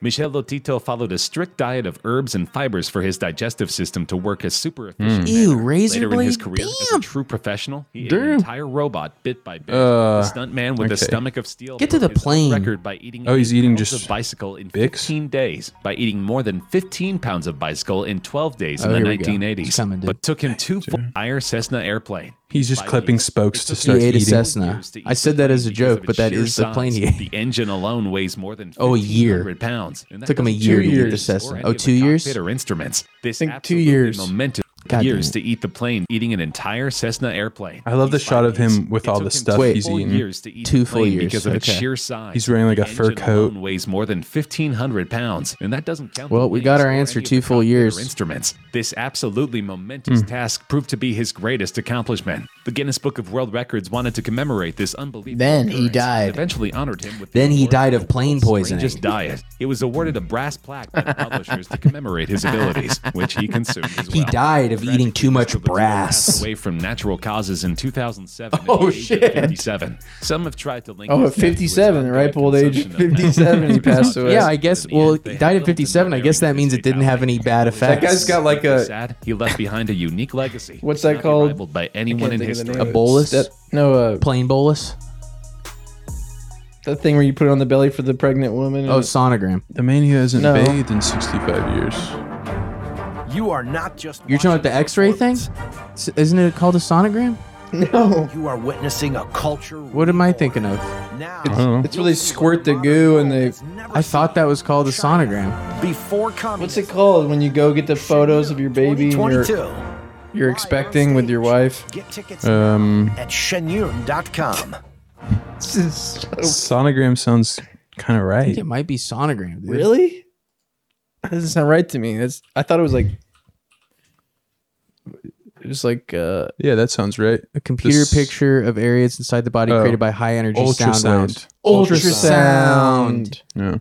Speaker 12: Michel Lotito followed a strict diet of herbs and fibers for his digestive system to work as super efficient.
Speaker 3: Ew,
Speaker 12: manner.
Speaker 3: razor
Speaker 12: Later in his
Speaker 3: blade?
Speaker 12: career, as a true professional, he ate an
Speaker 3: Damn.
Speaker 12: entire robot bit by bit.
Speaker 2: Uh,
Speaker 12: a stunt man with a
Speaker 2: okay.
Speaker 12: stomach of steel.
Speaker 3: Get to the
Speaker 12: broke his own
Speaker 3: plane.
Speaker 12: Record by eating.
Speaker 2: Oh, he's
Speaker 12: eight
Speaker 2: eating
Speaker 12: pounds
Speaker 2: just
Speaker 12: of bicycle in 15 days by eating more than 15 pounds of bicycle in 12 days
Speaker 3: Oh,
Speaker 12: in the
Speaker 3: here we go.
Speaker 12: 1980s. but took him two full higher Cessna airplane.
Speaker 2: He's just clipping spokes to
Speaker 3: He
Speaker 2: start
Speaker 3: ate a
Speaker 2: eating.
Speaker 3: Cessna. I said that as a joke, but that
Speaker 12: sheer
Speaker 3: is the
Speaker 12: size.
Speaker 3: plane he ate.
Speaker 12: The engine alone weighs more than
Speaker 3: Oh, a year.
Speaker 12: 1,500 pounds. And that
Speaker 3: Took him a
Speaker 12: doesn't
Speaker 3: year to
Speaker 12: include
Speaker 3: get the
Speaker 12: the engines
Speaker 3: Cessna.
Speaker 12: or any
Speaker 3: Oh,
Speaker 12: of the
Speaker 3: two years?
Speaker 12: cockpit Or instruments. This
Speaker 4: think two
Speaker 12: absolutely
Speaker 4: years.
Speaker 12: Momentous
Speaker 3: God
Speaker 12: years
Speaker 3: damn
Speaker 12: to eat the plane, eating an entire Cessna airplane.
Speaker 2: I love the shot of him with all the stuff
Speaker 12: Wait,
Speaker 2: he's
Speaker 12: full
Speaker 2: eating.
Speaker 12: years to eat
Speaker 3: Two
Speaker 12: the
Speaker 3: full
Speaker 12: plane
Speaker 3: years,
Speaker 12: because of its
Speaker 3: okay.
Speaker 12: sheer size.
Speaker 2: He's wearing like a
Speaker 12: The
Speaker 2: fur
Speaker 12: engine
Speaker 2: coat.
Speaker 12: alone weighs more than 1,500 pounds, and that doesn't count.
Speaker 3: Well,
Speaker 12: the
Speaker 3: we got
Speaker 12: wings
Speaker 3: our
Speaker 12: or
Speaker 3: answer
Speaker 12: any of
Speaker 3: two
Speaker 12: the
Speaker 3: full
Speaker 12: cockpit or
Speaker 3: years.
Speaker 12: Instruments. This absolutely momentous
Speaker 3: Hmm.
Speaker 12: task proved to be his greatest accomplishment. The Guinness Book of World Records wanted to commemorate this unbelievable.
Speaker 3: Then he
Speaker 12: occurrence,
Speaker 3: died.
Speaker 12: Eventually honored him with. the
Speaker 3: Then he
Speaker 12: award
Speaker 3: died
Speaker 12: for
Speaker 3: of plane
Speaker 12: the world's
Speaker 3: poisoning.
Speaker 12: strangest diet. He was awarded a brass plaque by the publishers to commemorate his abilities, which he consumed as well.
Speaker 3: He died of eating too much
Speaker 12: Passed
Speaker 3: brass.
Speaker 12: away from natural causes in 2007. at
Speaker 3: Oh,
Speaker 12: the age of
Speaker 3: shit.
Speaker 12: 57. Some have tried to link.
Speaker 4: Oh, at
Speaker 12: his death to his
Speaker 4: 57, ripe old age
Speaker 12: consumption of metal.
Speaker 4: 57, he passed away.
Speaker 3: Yeah, I guess. Well, he died at 57. I guess that means it didn't have any bad
Speaker 4: That
Speaker 3: effects.
Speaker 4: guy's got like a
Speaker 12: Sad, he left behind a unique legacy.
Speaker 4: What's that
Speaker 12: not
Speaker 4: called?
Speaker 12: Rivaled by anyone in
Speaker 4: think of the
Speaker 12: history.
Speaker 4: name.
Speaker 3: a bolus,
Speaker 4: Step- no uh,
Speaker 3: plain bolus.
Speaker 4: that thing where you put it on the belly for the pregnant woman.
Speaker 3: Oh, sonogram.
Speaker 2: The man who hasn't
Speaker 4: No.
Speaker 2: bathed in 65 years.
Speaker 14: You are not just.
Speaker 3: You're talking about the
Speaker 14: watching
Speaker 3: X-ray thing?
Speaker 14: performance.
Speaker 3: S- Isn't it called a sonogram?
Speaker 4: no,
Speaker 14: You are witnessing a culture.
Speaker 3: What am I thinking of?
Speaker 14: Now,
Speaker 2: I don't know.
Speaker 4: it's where they squirt the goo and they.
Speaker 3: I thought that was called a sonogram.
Speaker 14: before
Speaker 4: What's
Speaker 14: communism,
Speaker 4: it called when you go get the photos of your baby and you're,
Speaker 14: 2022.
Speaker 4: you're expecting with your wife?
Speaker 14: Get tickets
Speaker 2: Um,
Speaker 14: at shenyun.com.
Speaker 4: This is so-
Speaker 2: sonogram sounds kind of
Speaker 3: I think
Speaker 2: right.
Speaker 3: it might be sonogram. Dude.
Speaker 4: really? That doesn't sound right to me. That's I thought it was like it was like uh
Speaker 2: Yeah, that sounds right.
Speaker 3: A computer
Speaker 2: This-
Speaker 3: picture of areas inside the body
Speaker 2: Oh.
Speaker 3: created by high energy sound waves.
Speaker 2: Ultrasound.
Speaker 3: Ultrasound.
Speaker 2: Yeah.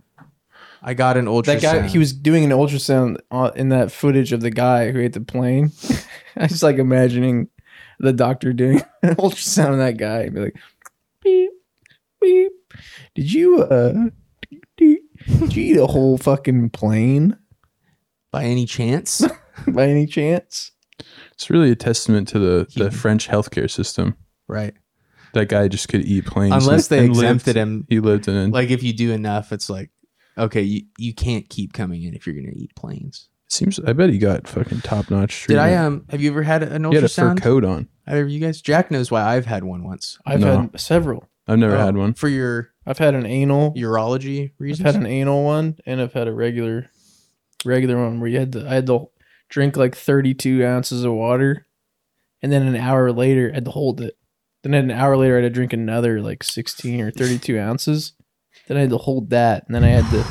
Speaker 3: I got an ultrasound.
Speaker 4: That guy, he was doing an ultrasound on- in that footage of the guy who ate the plane. I was just like imagining the doctor doing an ultrasound on that guy and be like, beep, beep. Did you, uh, did you eat a whole fucking plane
Speaker 3: by any chance?
Speaker 4: by any chance?
Speaker 2: It's really a testament to the, the French healthcare system.
Speaker 3: right.
Speaker 2: That guy just could eat planes.
Speaker 3: Unless
Speaker 2: and-
Speaker 3: they
Speaker 2: and lived.
Speaker 3: exempted him.
Speaker 2: He lived in it.
Speaker 3: Like if you do enough, it's like, okay, you, you can't keep coming in if you're gonna eat planes.
Speaker 2: Seems. I bet he got fucking top notch
Speaker 3: Did
Speaker 2: treatment.
Speaker 3: I um? Have you ever had an
Speaker 4: uh,
Speaker 2: He had a fur
Speaker 3: ultrasound?
Speaker 2: coat on.
Speaker 3: Either of you guys? Jack knows why I've had one once.
Speaker 4: I've
Speaker 2: No.
Speaker 4: had several.
Speaker 2: I've never
Speaker 3: Oh,
Speaker 2: had one.
Speaker 3: for your
Speaker 4: I've had an anal.
Speaker 3: urology
Speaker 4: I've
Speaker 3: reasons.
Speaker 4: had an anal one, and I've had a regular, regular one where you had to. I had to drink like thirty-two ounces of water, and then an hour later I had to hold it. Then an hour later I had to drink another like sixteen or thirty-two ounces. Then I had to hold that, and then I had to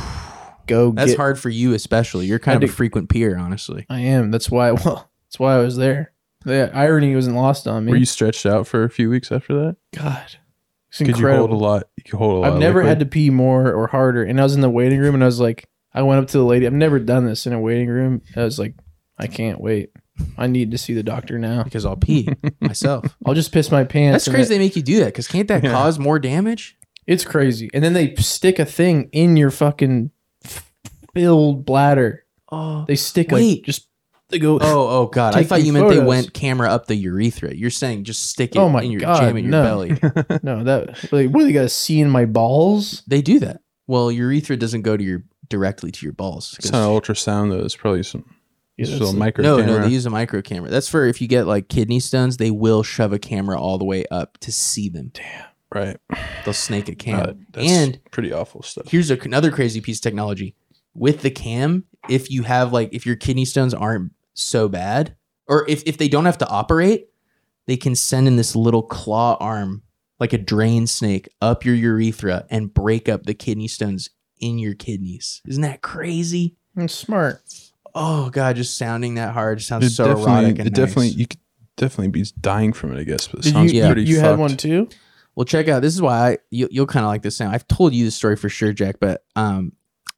Speaker 4: go.
Speaker 3: That's
Speaker 4: get,
Speaker 3: hard for you, especially. You're kind
Speaker 4: I
Speaker 3: of a
Speaker 4: do-
Speaker 3: frequent peer, honestly.
Speaker 4: I am. That's why. Well, that's why I was there. The irony wasn't lost on me.
Speaker 2: Were you stretched out for a few weeks after that?
Speaker 4: God, it's
Speaker 2: Could you hold a
Speaker 4: incredible.
Speaker 2: lot? You could hold a lot.
Speaker 4: I've
Speaker 2: of
Speaker 4: never had
Speaker 2: liquid.
Speaker 4: to pee more or harder. And I was in the waiting room and I was like, I went up to the lady. I've never done this in a waiting room. I was like, I can't wait. I need to see the doctor now.
Speaker 3: Because I'll pee myself.
Speaker 4: I'll just piss my pants.
Speaker 3: That's
Speaker 4: and
Speaker 3: crazy
Speaker 4: it-
Speaker 3: they make you do that because can't that
Speaker 2: Yeah.
Speaker 3: cause more damage?
Speaker 4: it's crazy. And then they stick a thing in your fucking filled bladder.
Speaker 3: Oh,
Speaker 4: They stick
Speaker 3: Wait.
Speaker 4: a just They go.
Speaker 3: Oh, oh God! I
Speaker 4: Taking
Speaker 3: thought you meant they
Speaker 4: photos.
Speaker 3: went camera up the urethra. You're saying just stick it
Speaker 4: Oh my
Speaker 3: in your
Speaker 4: god!
Speaker 3: jam in your
Speaker 4: no,
Speaker 3: belly.
Speaker 4: no, that like what do they got to see in my balls?
Speaker 3: They do that. Well, urethra doesn't go to your directly to your balls. 'cause-
Speaker 2: It's not an ultrasound though. It's probably some.
Speaker 4: Yeah,
Speaker 2: it's
Speaker 4: that's
Speaker 2: still a
Speaker 4: the-
Speaker 2: micro
Speaker 3: no,
Speaker 2: camera.
Speaker 3: no, they use a micro camera. That's for if you get like kidney stones, they will shove a camera all the way up to see them. Damn.
Speaker 2: Right.
Speaker 3: They'll snake a cam.
Speaker 2: Uh, that's
Speaker 3: and
Speaker 2: pretty awful stuff.
Speaker 3: here's a, another crazy piece of technology with the cam if you have like if your kidney stones aren't so bad or if, if they don't have to operate they can send in this little claw arm like a drain snake up your urethra and break up the kidney stones in your kidneys isn't that crazy
Speaker 4: That's smart.
Speaker 3: oh god just sounding that hard sounds
Speaker 2: It
Speaker 3: so
Speaker 2: definitely,
Speaker 3: erotic and
Speaker 2: it definitely
Speaker 3: nice.
Speaker 2: you could definitely be dying from it, I guess. But it
Speaker 4: Did
Speaker 2: sounds
Speaker 4: you-
Speaker 2: pretty.
Speaker 4: you had
Speaker 2: fucked.
Speaker 4: one too?
Speaker 3: Well, check out. This is why I, you, you'll kind of like this now. I've told you this story for sure, Jack. But um,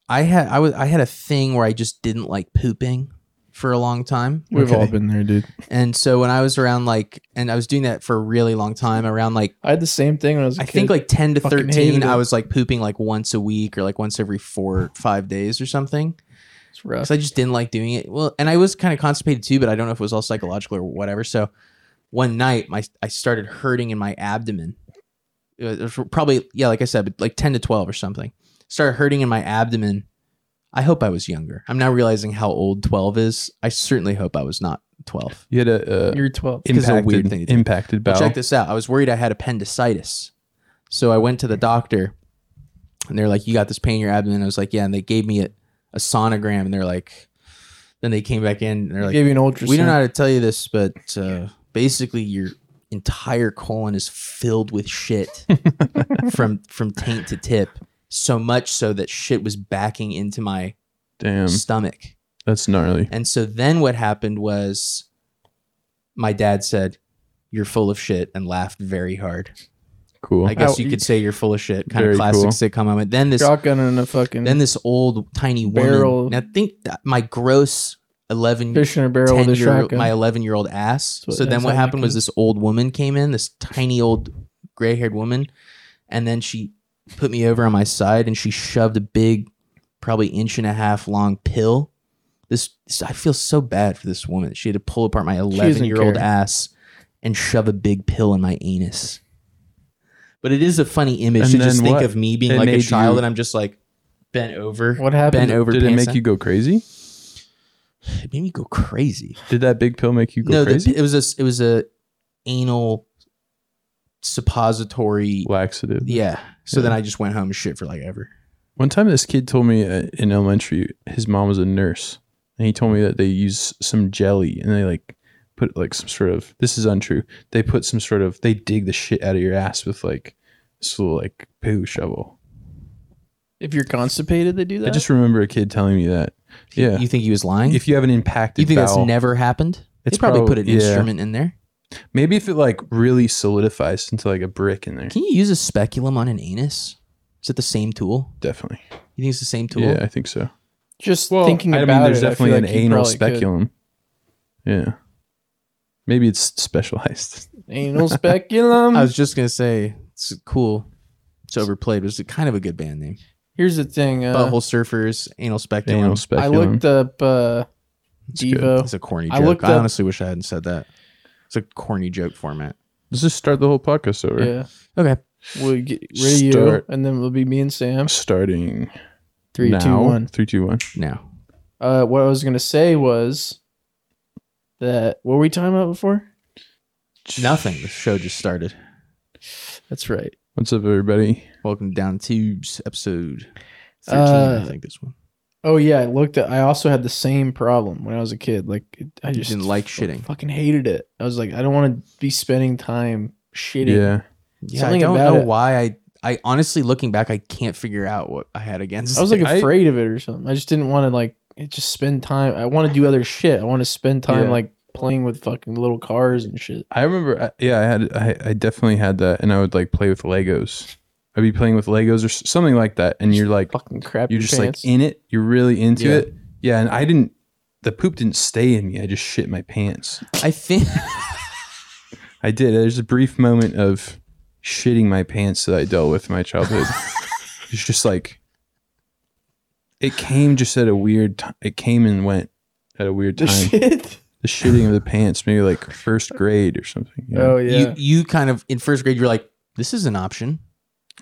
Speaker 3: I had I was I had a thing where I just didn't like pooping for a long time.
Speaker 4: We've all been there, dude.
Speaker 3: And so when I was around like, and I was doing that for a really long time, around like
Speaker 4: I had the same thing when I was. I
Speaker 3: I think like ten to
Speaker 4: Fucking
Speaker 3: thirteen,
Speaker 4: hated it.
Speaker 3: I was like pooping like once a week or like once every four five days or something.
Speaker 4: It's rough.
Speaker 3: 'Cause I just didn't like doing it. Well, and I was kind of constipated too, but I don't know if it was all psychological or whatever. So one night, my I started hurting in my abdomen. It was probably yeah, like I said, but like ten to twelve or something. Started hurting in my abdomen. I hope I was younger. I'm now realizing how old twelve is. I certainly hope I was not twelve.
Speaker 2: You had a, uh,
Speaker 4: You're 12.
Speaker 3: Because of a weird
Speaker 2: impacted,
Speaker 3: thing to do.
Speaker 2: impacted
Speaker 3: Well,
Speaker 2: bowel.
Speaker 3: check this out. I was worried I had appendicitis. So I went to the doctor and they're like, You got this pain in your abdomen. I was like, Yeah. And they gave me a, a sonogram and they're like, Then they came back in and they're like,
Speaker 4: Gave you an
Speaker 3: We don't
Speaker 4: ultrasound.
Speaker 3: know how to tell you this, but uh, basically your entire colon is filled with shit from from taint to tip. So much so that shit was backing into my
Speaker 2: Damn,
Speaker 3: stomach.
Speaker 2: that's gnarly.
Speaker 3: And so then what happened was my dad said, You're full of shit, and laughed very hard.
Speaker 2: Cool.
Speaker 3: I guess
Speaker 4: Ow.
Speaker 3: you could say you're full of shit. Kind
Speaker 2: Very
Speaker 3: of classic
Speaker 2: cool.
Speaker 3: sitcom moment. Then this
Speaker 4: shotgun and a fucking
Speaker 3: then this old tiny
Speaker 4: Barrel.
Speaker 3: woman. Now think that my gross eleven
Speaker 4: fish in a barrel with
Speaker 3: 10
Speaker 4: a
Speaker 3: year-
Speaker 4: shotgun.
Speaker 3: my eleven year old ass.
Speaker 4: That's what-
Speaker 3: so then
Speaker 4: that's
Speaker 3: what
Speaker 4: how
Speaker 3: happened
Speaker 4: you
Speaker 3: was
Speaker 4: can-
Speaker 3: this old woman came in, this tiny old gray haired woman, and then she put me over on my side and she shoved a big, probably inch and a half long pill. This, this- I feel so bad for this woman. She had to pull apart my
Speaker 4: doesn't
Speaker 3: eleven year old
Speaker 4: care.
Speaker 3: ass and shove a big pill in my anus. But it is a funny image
Speaker 2: And
Speaker 3: to just
Speaker 2: then
Speaker 3: think
Speaker 2: what?
Speaker 3: of me being
Speaker 2: It
Speaker 3: like a
Speaker 2: made
Speaker 3: child
Speaker 2: you-
Speaker 3: and I'm just like bent over.
Speaker 4: What happened?
Speaker 3: Bent over.
Speaker 2: Did it
Speaker 3: pants
Speaker 2: make
Speaker 3: down.
Speaker 2: you go crazy?
Speaker 3: It made me go crazy.
Speaker 2: Did that big pill make you go
Speaker 3: No,
Speaker 2: crazy?
Speaker 3: the, it was a it was a anal suppository.
Speaker 2: Laxative.
Speaker 3: Yeah. So
Speaker 2: Yeah.
Speaker 3: then I just went home and shit for like ever.
Speaker 2: One time, this kid told me uh, in elementary, his mom was a nurse, and he told me that they use some jelly and they like put like some sort of. This is untrue. They put some sort of. They dig the shit out of your ass with like this little like poo shovel.
Speaker 4: if you're constipated, they do that.
Speaker 2: I just remember a kid telling me that. Yeah.
Speaker 3: You think he was lying?
Speaker 2: if you have an impacted
Speaker 3: you think
Speaker 2: bowel,
Speaker 3: that's never happened?
Speaker 2: It's
Speaker 3: they probably
Speaker 2: prob-
Speaker 3: put an
Speaker 2: yeah.
Speaker 3: instrument in there.
Speaker 2: maybe if it like really solidifies into like a brick in there,
Speaker 3: Can you use a speculum on an anus? Is it the same tool?
Speaker 2: definitely.
Speaker 3: You think it's the same tool?
Speaker 2: Yeah, I think so.
Speaker 4: Just thinking
Speaker 2: I
Speaker 4: about
Speaker 2: mean, there's
Speaker 4: it, I feel
Speaker 2: definitely an
Speaker 4: like you
Speaker 2: anal
Speaker 4: probably could.
Speaker 2: speculum. Yeah. Maybe it's specialized.
Speaker 4: Anal speculum.
Speaker 3: I was just gonna say it's cool. It's overplayed, but it's kind of a good band name.
Speaker 4: Here's the thing. Uh,
Speaker 3: Butthole Surfers, Anal Speculum.
Speaker 2: Anal
Speaker 4: I
Speaker 2: speculum.
Speaker 4: looked up uh,
Speaker 2: good.
Speaker 4: Devo.
Speaker 3: It's a corny
Speaker 4: I
Speaker 3: joke. I,
Speaker 4: looked up-
Speaker 3: honestly wish I hadn't said that. It's a corny joke format.
Speaker 2: Let's just start the whole podcast over.
Speaker 4: Yeah,
Speaker 3: Okay.
Speaker 4: we'll get rid of you,
Speaker 2: Start.
Speaker 4: and then it'll be me and Sam.
Speaker 2: Starting
Speaker 4: Three, two, one.
Speaker 2: now. Three, two, one.
Speaker 3: Now.
Speaker 4: Uh, what I was gonna say was that what were we talking about before?
Speaker 3: Nothing. The show just started.
Speaker 4: That's right.
Speaker 2: What's up, everybody?
Speaker 3: Welcome to Down Tubes episode 13,
Speaker 4: Uh,
Speaker 3: I think this one.
Speaker 4: Oh yeah, I looked at. I also had the same problem when I was a kid. Like it- I
Speaker 3: You
Speaker 4: just
Speaker 3: didn't like
Speaker 4: f-
Speaker 3: shitting.
Speaker 4: Fucking hated it. I was like, I don't want to be spending time shitting.
Speaker 2: Yeah.
Speaker 3: Yeah, I
Speaker 4: something
Speaker 3: don't
Speaker 4: about
Speaker 3: know
Speaker 4: it-
Speaker 3: why I I honestly looking back I can't figure out what I had against
Speaker 4: I was like
Speaker 3: it.
Speaker 4: afraid of it or something. I just didn't want to like it- just spend time. I want to do other shit. I want to spend time
Speaker 2: Yeah.
Speaker 4: like playing with fucking little cars and shit.
Speaker 2: I remember. I- Yeah, I had. I, I definitely had that, and I would like play with Legos. I'd be playing with Legos or s- something like that, and you're like,
Speaker 4: Fucking crap.
Speaker 2: you're
Speaker 4: your
Speaker 2: just
Speaker 4: pants.
Speaker 2: like in it. You're really into
Speaker 3: Yeah.
Speaker 2: it. Yeah, and I didn't. The poop didn't stay in me. I just shit my pants.
Speaker 3: I think
Speaker 2: I did. There's a brief moment of shitting my pants that I dealt with in my childhood. it's just like it came just at a weird. T- it came and went. had a weird time. The shitting of the pants, maybe like first grade or something. you
Speaker 4: Oh,
Speaker 2: know?
Speaker 3: You, you kind of in first grade you're like, this is an option.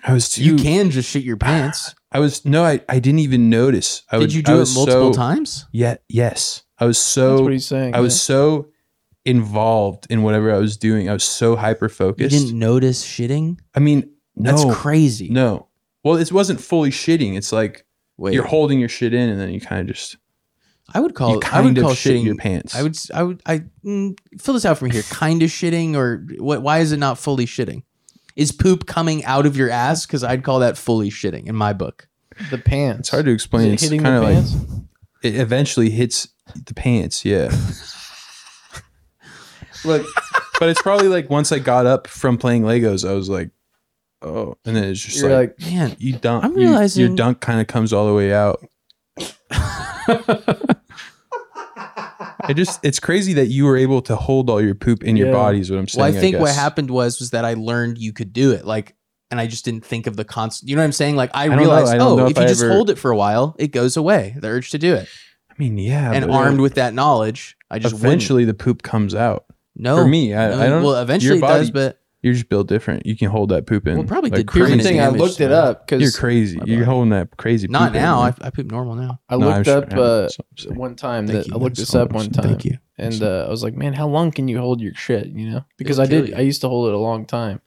Speaker 2: I was too.
Speaker 3: You can just shit your pants.
Speaker 2: I was no, I, I didn't even notice. I
Speaker 3: Did
Speaker 2: would-
Speaker 3: you
Speaker 2: I
Speaker 3: do it
Speaker 2: was
Speaker 3: multiple
Speaker 2: so-
Speaker 3: times?
Speaker 2: Yeah. Yes. I was so.
Speaker 4: That's what he's saying,
Speaker 2: I was
Speaker 4: yeah.
Speaker 2: so involved in whatever I was doing. I was so hyper
Speaker 3: You
Speaker 2: focused.
Speaker 3: didn't notice shitting?
Speaker 2: I mean, no,
Speaker 3: That's crazy.
Speaker 2: No. Well, it wasn't fully shitting. It's like
Speaker 3: Wait.
Speaker 2: you're holding your shit in, and then you kind of just.
Speaker 3: I would call
Speaker 2: You
Speaker 3: it. I would
Speaker 2: kind of
Speaker 3: call
Speaker 2: shit
Speaker 3: shitting
Speaker 2: your pants.
Speaker 3: I would. s- I would. I mm, fill this out for me here. Kind of shitting, or what? Why is it not fully shitting? Is poop coming out of your ass? Because I'd call that fully shitting in my book.
Speaker 4: The pants.
Speaker 2: It's hard to explain.
Speaker 4: Is it
Speaker 2: it's
Speaker 4: hitting the
Speaker 2: kind of like
Speaker 4: pants?
Speaker 2: it eventually hits the pants. Yeah. Look, but it's probably like once I got up from playing Legos, I was like, oh, and then it's just
Speaker 4: You're
Speaker 2: like,
Speaker 4: like,
Speaker 3: Man,
Speaker 2: you dunk.
Speaker 3: I'm
Speaker 2: you-
Speaker 3: realizing-
Speaker 2: your dunk kind of comes all the way out. it just it's crazy that you were able to hold all your poop in your
Speaker 3: Yeah.
Speaker 2: body. Is what I'm saying.
Speaker 3: Well, I think what
Speaker 2: guess.
Speaker 3: happened was was that I learned you could do it. Like, and I just didn't think of the constant. You know what I'm saying? Like, I,
Speaker 2: I don't know.
Speaker 3: realized,
Speaker 2: I don't know
Speaker 3: oh,
Speaker 2: if
Speaker 3: if you
Speaker 2: I
Speaker 3: just
Speaker 2: ever-
Speaker 3: hold it for a while, it goes away. The urge to do it.
Speaker 2: I mean, yeah,
Speaker 3: and
Speaker 2: but
Speaker 3: armed with that knowledge, I just
Speaker 2: eventually the poop comes out.
Speaker 3: wouldn't. no
Speaker 2: for me, I,
Speaker 3: no,
Speaker 2: I don't.
Speaker 3: Well,
Speaker 2: your
Speaker 3: eventually it does,
Speaker 2: body-
Speaker 3: but
Speaker 2: you're just built different. You can hold that poop in.
Speaker 3: Well, probably
Speaker 2: like
Speaker 3: did prove
Speaker 2: crazy.
Speaker 3: it.
Speaker 4: thing, I
Speaker 3: damaged,
Speaker 4: looked it
Speaker 3: man.
Speaker 4: up
Speaker 2: You're
Speaker 4: because
Speaker 2: crazy. You're holding that crazy.
Speaker 3: not
Speaker 2: poop in,
Speaker 3: now. I,
Speaker 2: man.
Speaker 3: I poop normal now.
Speaker 4: I
Speaker 2: No,
Speaker 4: looked
Speaker 2: I'm
Speaker 4: up
Speaker 2: sure. I know.
Speaker 4: uh,
Speaker 2: That's what I'm saying.
Speaker 4: one time
Speaker 3: Thank
Speaker 4: that
Speaker 3: you.
Speaker 4: I looked
Speaker 3: That's
Speaker 4: this
Speaker 3: all
Speaker 4: up
Speaker 3: I'm
Speaker 4: one
Speaker 3: saying.
Speaker 4: time.
Speaker 3: Thank you.
Speaker 4: And uh, I was like, man, how long can you hold your shit? You know, because
Speaker 3: It'll
Speaker 4: I
Speaker 3: kill
Speaker 4: did.
Speaker 3: you.
Speaker 4: I used to hold it a long time.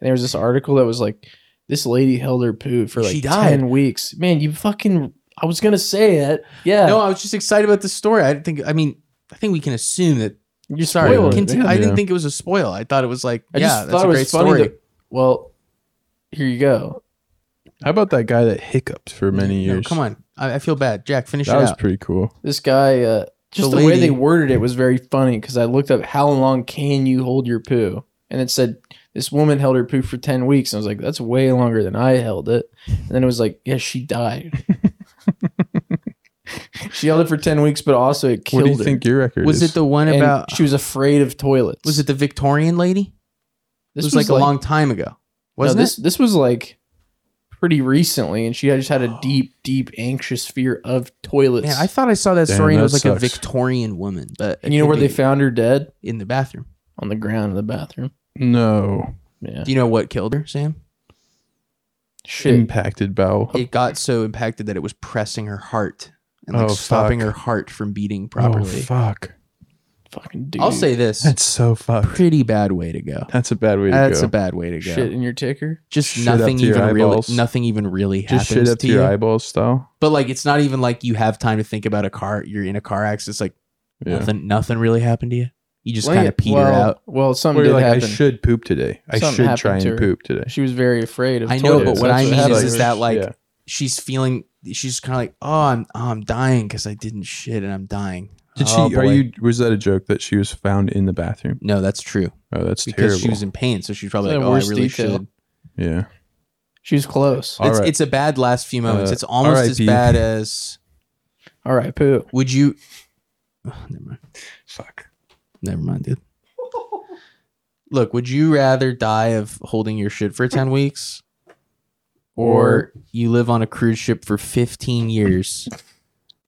Speaker 4: And there was this article that was like, this lady held her poo for like
Speaker 3: She died.
Speaker 4: ten weeks. Man, you fucking. I was gonna say it. Yeah.
Speaker 3: No, I was just excited about the story. I didn't think. I mean, I think we can assume that.
Speaker 4: you're
Speaker 3: Sorry,
Speaker 4: spoiled.
Speaker 3: conti- I
Speaker 2: Yeah.
Speaker 3: didn't think it was a spoil. I thought it was like,
Speaker 4: I
Speaker 3: yeah,
Speaker 4: just
Speaker 3: that's
Speaker 4: thought
Speaker 3: a
Speaker 4: it
Speaker 3: great
Speaker 4: was funny.
Speaker 3: story.
Speaker 4: that- well, here you go.
Speaker 2: How about that guy that hiccuped for many
Speaker 3: No,
Speaker 2: years?
Speaker 3: come on, I, I feel bad. Jack, finish
Speaker 2: that
Speaker 3: it
Speaker 2: was
Speaker 3: out.
Speaker 2: pretty cool.
Speaker 4: This guy. uh just
Speaker 3: The
Speaker 4: the, way
Speaker 3: lady-
Speaker 4: they worded it was very funny because I looked up how long can you hold your poo, and it said this woman held her poo for ten weeks, and I was like, that's way longer than I held it. And then it was like, yeah, she died. she held it for ten weeks, but also it
Speaker 2: What
Speaker 4: killed
Speaker 2: do you
Speaker 4: her.
Speaker 2: think your record
Speaker 3: was
Speaker 2: is?
Speaker 3: it the one
Speaker 4: And
Speaker 3: about?
Speaker 4: she was afraid of toilets.
Speaker 3: was it the Victorian lady?
Speaker 4: This
Speaker 3: it was, like, a long time ago,
Speaker 4: no,
Speaker 3: wasn't
Speaker 4: this this was like pretty recently, and she had just had a deep, deep anxious fear of
Speaker 3: it?
Speaker 4: toilets.
Speaker 3: Man, I thought I saw that
Speaker 2: Damn,
Speaker 3: story and it was
Speaker 2: that
Speaker 3: like a
Speaker 2: sucks.
Speaker 3: Victorian woman, but it
Speaker 4: and you know
Speaker 3: could
Speaker 4: where they
Speaker 3: be
Speaker 4: found her dead
Speaker 3: in the bathroom.
Speaker 4: on the ground in the bathroom.
Speaker 2: no
Speaker 4: Yeah,
Speaker 3: Do you know what killed her, Sam?
Speaker 4: shit.
Speaker 2: impacted bowel?
Speaker 3: It got so impacted that it was pressing her heart and like
Speaker 2: Oh,
Speaker 3: stopping
Speaker 2: fuck.
Speaker 3: her heart from beating
Speaker 2: Oh
Speaker 3: properly.
Speaker 2: fuck!
Speaker 4: Fucking dude.
Speaker 3: I'll say this:
Speaker 2: That's so fucked.
Speaker 3: pretty bad way to go.
Speaker 2: That's a bad way to
Speaker 3: That's
Speaker 2: go.
Speaker 3: a bad way to go.
Speaker 4: shit in your ticker.
Speaker 3: Just
Speaker 2: Shit up
Speaker 3: nothing
Speaker 2: to your
Speaker 3: even really,
Speaker 2: eyeballs.
Speaker 3: nothing even really happens
Speaker 2: Just shit up to
Speaker 3: to you.
Speaker 2: your eyeballs, style.
Speaker 3: but like, it's not even like you have time to think about a car. You're in a car accident. It's like
Speaker 2: Yeah.
Speaker 3: nothing, nothing really happened to you. You just
Speaker 4: Well,
Speaker 3: kind
Speaker 4: yeah,
Speaker 3: of peter
Speaker 4: well,
Speaker 3: out.
Speaker 4: Well, something
Speaker 2: Where
Speaker 4: did
Speaker 2: you're like,
Speaker 4: happen.
Speaker 2: I should poop today. I
Speaker 4: Something
Speaker 2: should
Speaker 4: happened
Speaker 2: try
Speaker 4: to
Speaker 2: and
Speaker 4: her.
Speaker 2: poop today.
Speaker 4: She was very afraid of.
Speaker 3: I know,
Speaker 4: toilets.
Speaker 3: but what
Speaker 4: That's
Speaker 3: I mean
Speaker 4: happened
Speaker 3: is,
Speaker 4: to
Speaker 3: is
Speaker 4: her.
Speaker 3: that like
Speaker 2: Yeah.
Speaker 3: she's feeling. She's kind of like, oh, I'm, oh, I'm dying because I didn't shit and I'm dying.
Speaker 2: Did
Speaker 3: Oh,
Speaker 2: she? Are
Speaker 3: boy.
Speaker 2: you? Was that a joke that she was found in the bathroom?
Speaker 3: No, that's true
Speaker 2: Oh, that's
Speaker 3: because
Speaker 2: terrible.
Speaker 3: she was in pain, so she's probably
Speaker 4: It's
Speaker 3: like,
Speaker 4: the
Speaker 3: oh, I
Speaker 4: worst
Speaker 3: really
Speaker 4: detail.
Speaker 3: should.
Speaker 2: yeah.
Speaker 4: she was close.
Speaker 2: All
Speaker 3: it's,
Speaker 2: right.
Speaker 3: it's a bad last few moments.
Speaker 2: Uh,
Speaker 3: it's almost as
Speaker 2: RIP.
Speaker 3: bad as
Speaker 4: All right, poo.
Speaker 3: Would you? Ugh, never mind. Fuck. Never mind, dude. Look, would you rather die of holding your shit for 10 weeks or you live on a cruise ship for 15 years,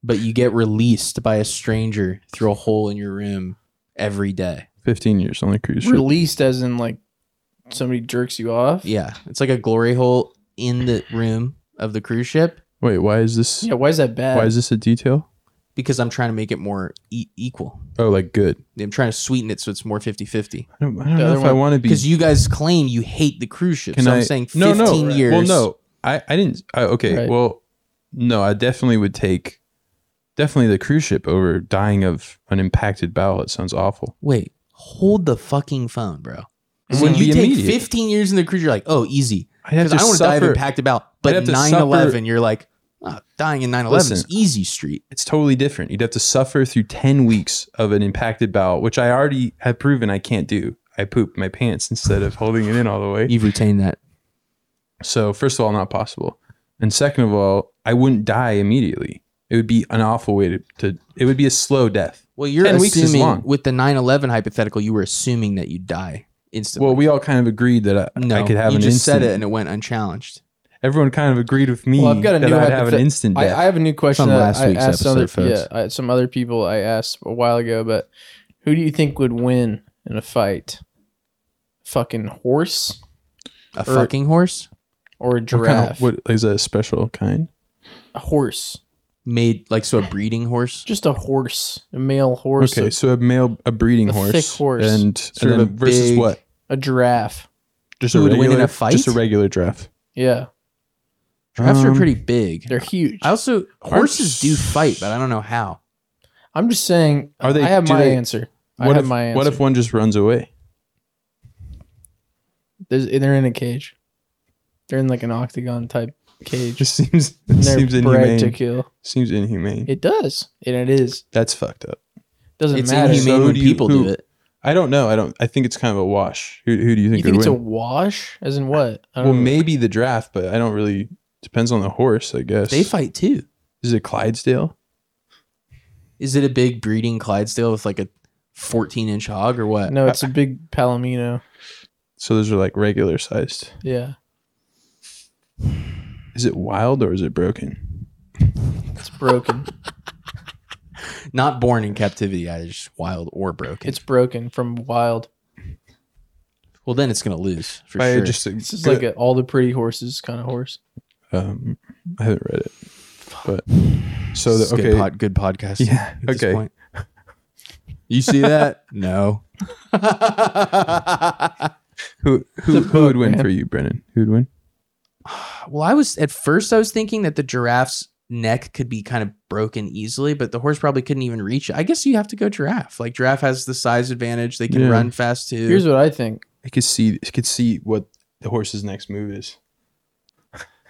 Speaker 3: but you get released by a stranger through a hole in your room every day?
Speaker 2: Fifteen years on the cruise ship.
Speaker 4: Released as in like somebody jerks you off.
Speaker 3: Yeah, it's like a glory hole in the room of the cruise ship
Speaker 2: Wait, why is this?
Speaker 4: Yeah, Why is that bad?
Speaker 2: Why is this a detail?
Speaker 3: because I'm trying to make it more e- equal.
Speaker 2: Oh, like good.
Speaker 3: I'm trying to sweeten it so it's more 50 50.
Speaker 2: I don't, I don't
Speaker 4: The
Speaker 2: know
Speaker 4: other
Speaker 2: if I
Speaker 4: one-
Speaker 2: want to be.
Speaker 3: because you guys claim you hate the cruise ship. so I, am saying 15
Speaker 2: no, no,
Speaker 3: years.
Speaker 2: Well, no, I, I didn't. I, okay,
Speaker 4: Right.
Speaker 2: well, no, I definitely would take definitely the cruise ship over dying of an impacted bowel. It sounds awful.
Speaker 3: Wait, hold the fucking phone, bro.
Speaker 2: It
Speaker 3: When
Speaker 2: wouldn't
Speaker 3: you
Speaker 2: be
Speaker 3: take
Speaker 2: immediate.
Speaker 3: 15 years in the cruise, you're like, oh, easy.
Speaker 2: I'd have
Speaker 3: 'Cause
Speaker 2: to
Speaker 3: I don't want to die of
Speaker 2: suffer-
Speaker 3: impacted bowel.
Speaker 2: I'd
Speaker 3: But
Speaker 2: have to
Speaker 3: 9 11,
Speaker 2: suffer-
Speaker 3: you're like, oh, dying in 9 11 is
Speaker 2: Listen.
Speaker 3: easy street.
Speaker 2: It's totally different. You'd have to suffer through ten weeks of an impacted bowel, which I already have proven I can't do. I poop my pants instead of holding it in all the way.
Speaker 3: You've retained that.
Speaker 2: So first of all, not possible. And second of all, I wouldn't die immediately. It would be an awful way to, to it would be a slow death.
Speaker 3: Well, you're
Speaker 2: 10 weeks is
Speaker 3: assuming
Speaker 2: long.
Speaker 3: with the 9 11 hypothetical, you were assuming that you die instantly.
Speaker 2: Well, we all kind of agreed that I,
Speaker 3: no,
Speaker 2: I could have
Speaker 3: you
Speaker 2: an
Speaker 3: just
Speaker 2: instant.
Speaker 3: said it and it went unchallenged.
Speaker 2: everyone kind of agreed with me
Speaker 4: Well, I've got a
Speaker 2: that
Speaker 4: new
Speaker 2: I'd have an
Speaker 4: hypothet-
Speaker 2: instant
Speaker 4: I-
Speaker 2: death.
Speaker 4: I, have a new question
Speaker 2: From
Speaker 4: that
Speaker 2: last
Speaker 4: I
Speaker 2: week's
Speaker 4: asked some
Speaker 2: episode,
Speaker 4: other, yeah,
Speaker 2: folks.
Speaker 4: I, some other people I asked a while ago, but who do you think would win in a fight? Fucking horse?
Speaker 3: A fucking horse?
Speaker 4: Or
Speaker 2: What
Speaker 4: a
Speaker 2: kind of-
Speaker 4: giraffe?
Speaker 2: what is that a special kind?
Speaker 4: a horse.
Speaker 3: Made like so a breeding horse?
Speaker 4: Just a horse. A male horse.
Speaker 2: okay,
Speaker 4: a,
Speaker 2: so a male, a breeding
Speaker 4: a
Speaker 2: horse,
Speaker 4: thick horse.
Speaker 2: and,
Speaker 3: Sort
Speaker 2: and
Speaker 3: of
Speaker 2: then
Speaker 3: a
Speaker 2: versus
Speaker 3: big-
Speaker 2: what?
Speaker 4: a giraffe.
Speaker 2: Just
Speaker 3: Who
Speaker 2: a
Speaker 3: would win in
Speaker 2: regular
Speaker 3: a fight?
Speaker 2: Just a regular giraffe.
Speaker 4: Yeah.
Speaker 3: Giraffes are
Speaker 2: Um,
Speaker 3: pretty big.
Speaker 4: They're huge.
Speaker 3: I also horses do fight, but I don't know how.
Speaker 4: I'm just saying
Speaker 2: Are they?
Speaker 4: I have
Speaker 2: do
Speaker 4: my
Speaker 2: they-
Speaker 4: answer. I
Speaker 2: What
Speaker 4: have
Speaker 2: if,
Speaker 4: my answer.
Speaker 2: What if one just runs away?
Speaker 4: There's, they're in a cage. They're in like an octagon type cage.
Speaker 2: It seems
Speaker 4: And
Speaker 2: it
Speaker 4: they're
Speaker 2: seems
Speaker 4: bred
Speaker 2: inhumane.
Speaker 4: to kill.
Speaker 2: Seems inhumane.
Speaker 4: It does, and it is.
Speaker 2: That's fucked up.
Speaker 4: Doesn't
Speaker 3: It's
Speaker 4: matter.
Speaker 3: inhumane
Speaker 2: So
Speaker 3: when
Speaker 2: do you-
Speaker 3: people
Speaker 2: who-
Speaker 3: do it.
Speaker 2: I don't know. I don't. I think it's kind of a wash. Who, who do you
Speaker 4: You
Speaker 2: think
Speaker 4: think
Speaker 2: would
Speaker 4: it's a
Speaker 2: win?
Speaker 4: wash? As in what? I don't
Speaker 2: well,
Speaker 4: know.
Speaker 2: maybe the draft, but I don't really. Depends on the horse, I guess.
Speaker 3: They fight too.
Speaker 2: Is it Clydesdale?
Speaker 3: Is it a big breeding Clydesdale with like a 14 inch hog or what?
Speaker 4: No, it's a big palomino.
Speaker 2: So those are like regular sized.
Speaker 4: Yeah,
Speaker 2: Is it wild or is it broken?
Speaker 4: it's broken.
Speaker 3: Not born in captivity, either just wild or broken.
Speaker 4: it's broken from wild.
Speaker 3: well, then it's gonna lose for
Speaker 2: By
Speaker 3: sure.
Speaker 2: just
Speaker 4: This is like a, all the pretty horses kind of horse.
Speaker 2: um, I haven't read it, but so
Speaker 3: This
Speaker 2: the,
Speaker 3: is
Speaker 2: okay,
Speaker 3: good, pod- good podcast.
Speaker 2: Yeah,
Speaker 3: at this
Speaker 2: okay. Uh,
Speaker 3: point. You see that? no.
Speaker 2: who who,
Speaker 4: The
Speaker 2: who would
Speaker 4: book,
Speaker 2: win
Speaker 4: man.
Speaker 2: for you, Brennan? Who would win?
Speaker 3: Well, I was at first I was thinking that the giraffe's neck could be kind of broken easily, but the horse probably couldn't even reach it. I guess you have to go giraffe. Like giraffe has the size advantage; they can
Speaker 2: Yeah.
Speaker 3: run fast too.
Speaker 4: Here's what I think.
Speaker 2: I could see I could see what the horse's next move is.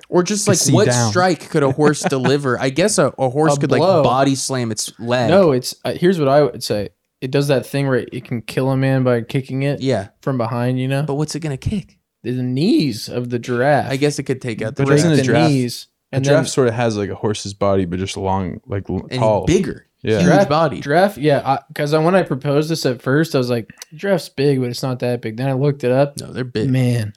Speaker 3: or just
Speaker 2: can
Speaker 3: like
Speaker 2: see
Speaker 3: what
Speaker 2: down.
Speaker 3: strike could a horse deliver? I guess a, a horse
Speaker 4: A
Speaker 3: could
Speaker 4: blow.
Speaker 3: like body slam its leg.
Speaker 4: No, it's uh, here's what I would say. It does that thing where it can kill a man by kicking it
Speaker 3: yeah,
Speaker 4: from behind. You know,
Speaker 3: but what's it gonna kick?
Speaker 4: the knees of the giraffe.
Speaker 3: I guess it could take out the
Speaker 2: But
Speaker 4: break
Speaker 2: doesn't
Speaker 3: giraffe
Speaker 4: the
Speaker 2: a giraffe-
Speaker 4: knees
Speaker 2: And
Speaker 4: and
Speaker 2: a giraffe
Speaker 4: then
Speaker 2: sort of has like a horse's body, but just long, like l-
Speaker 3: and
Speaker 2: tall,
Speaker 3: bigger,
Speaker 2: Yeah.
Speaker 3: huge
Speaker 4: Giraffe-
Speaker 3: body.
Speaker 4: Giraffe, yeah, because I, when I proposed this at first, I was like, "Giraffe's big, but it's not that big." Then I looked it up.
Speaker 3: No, they're big.
Speaker 4: Man,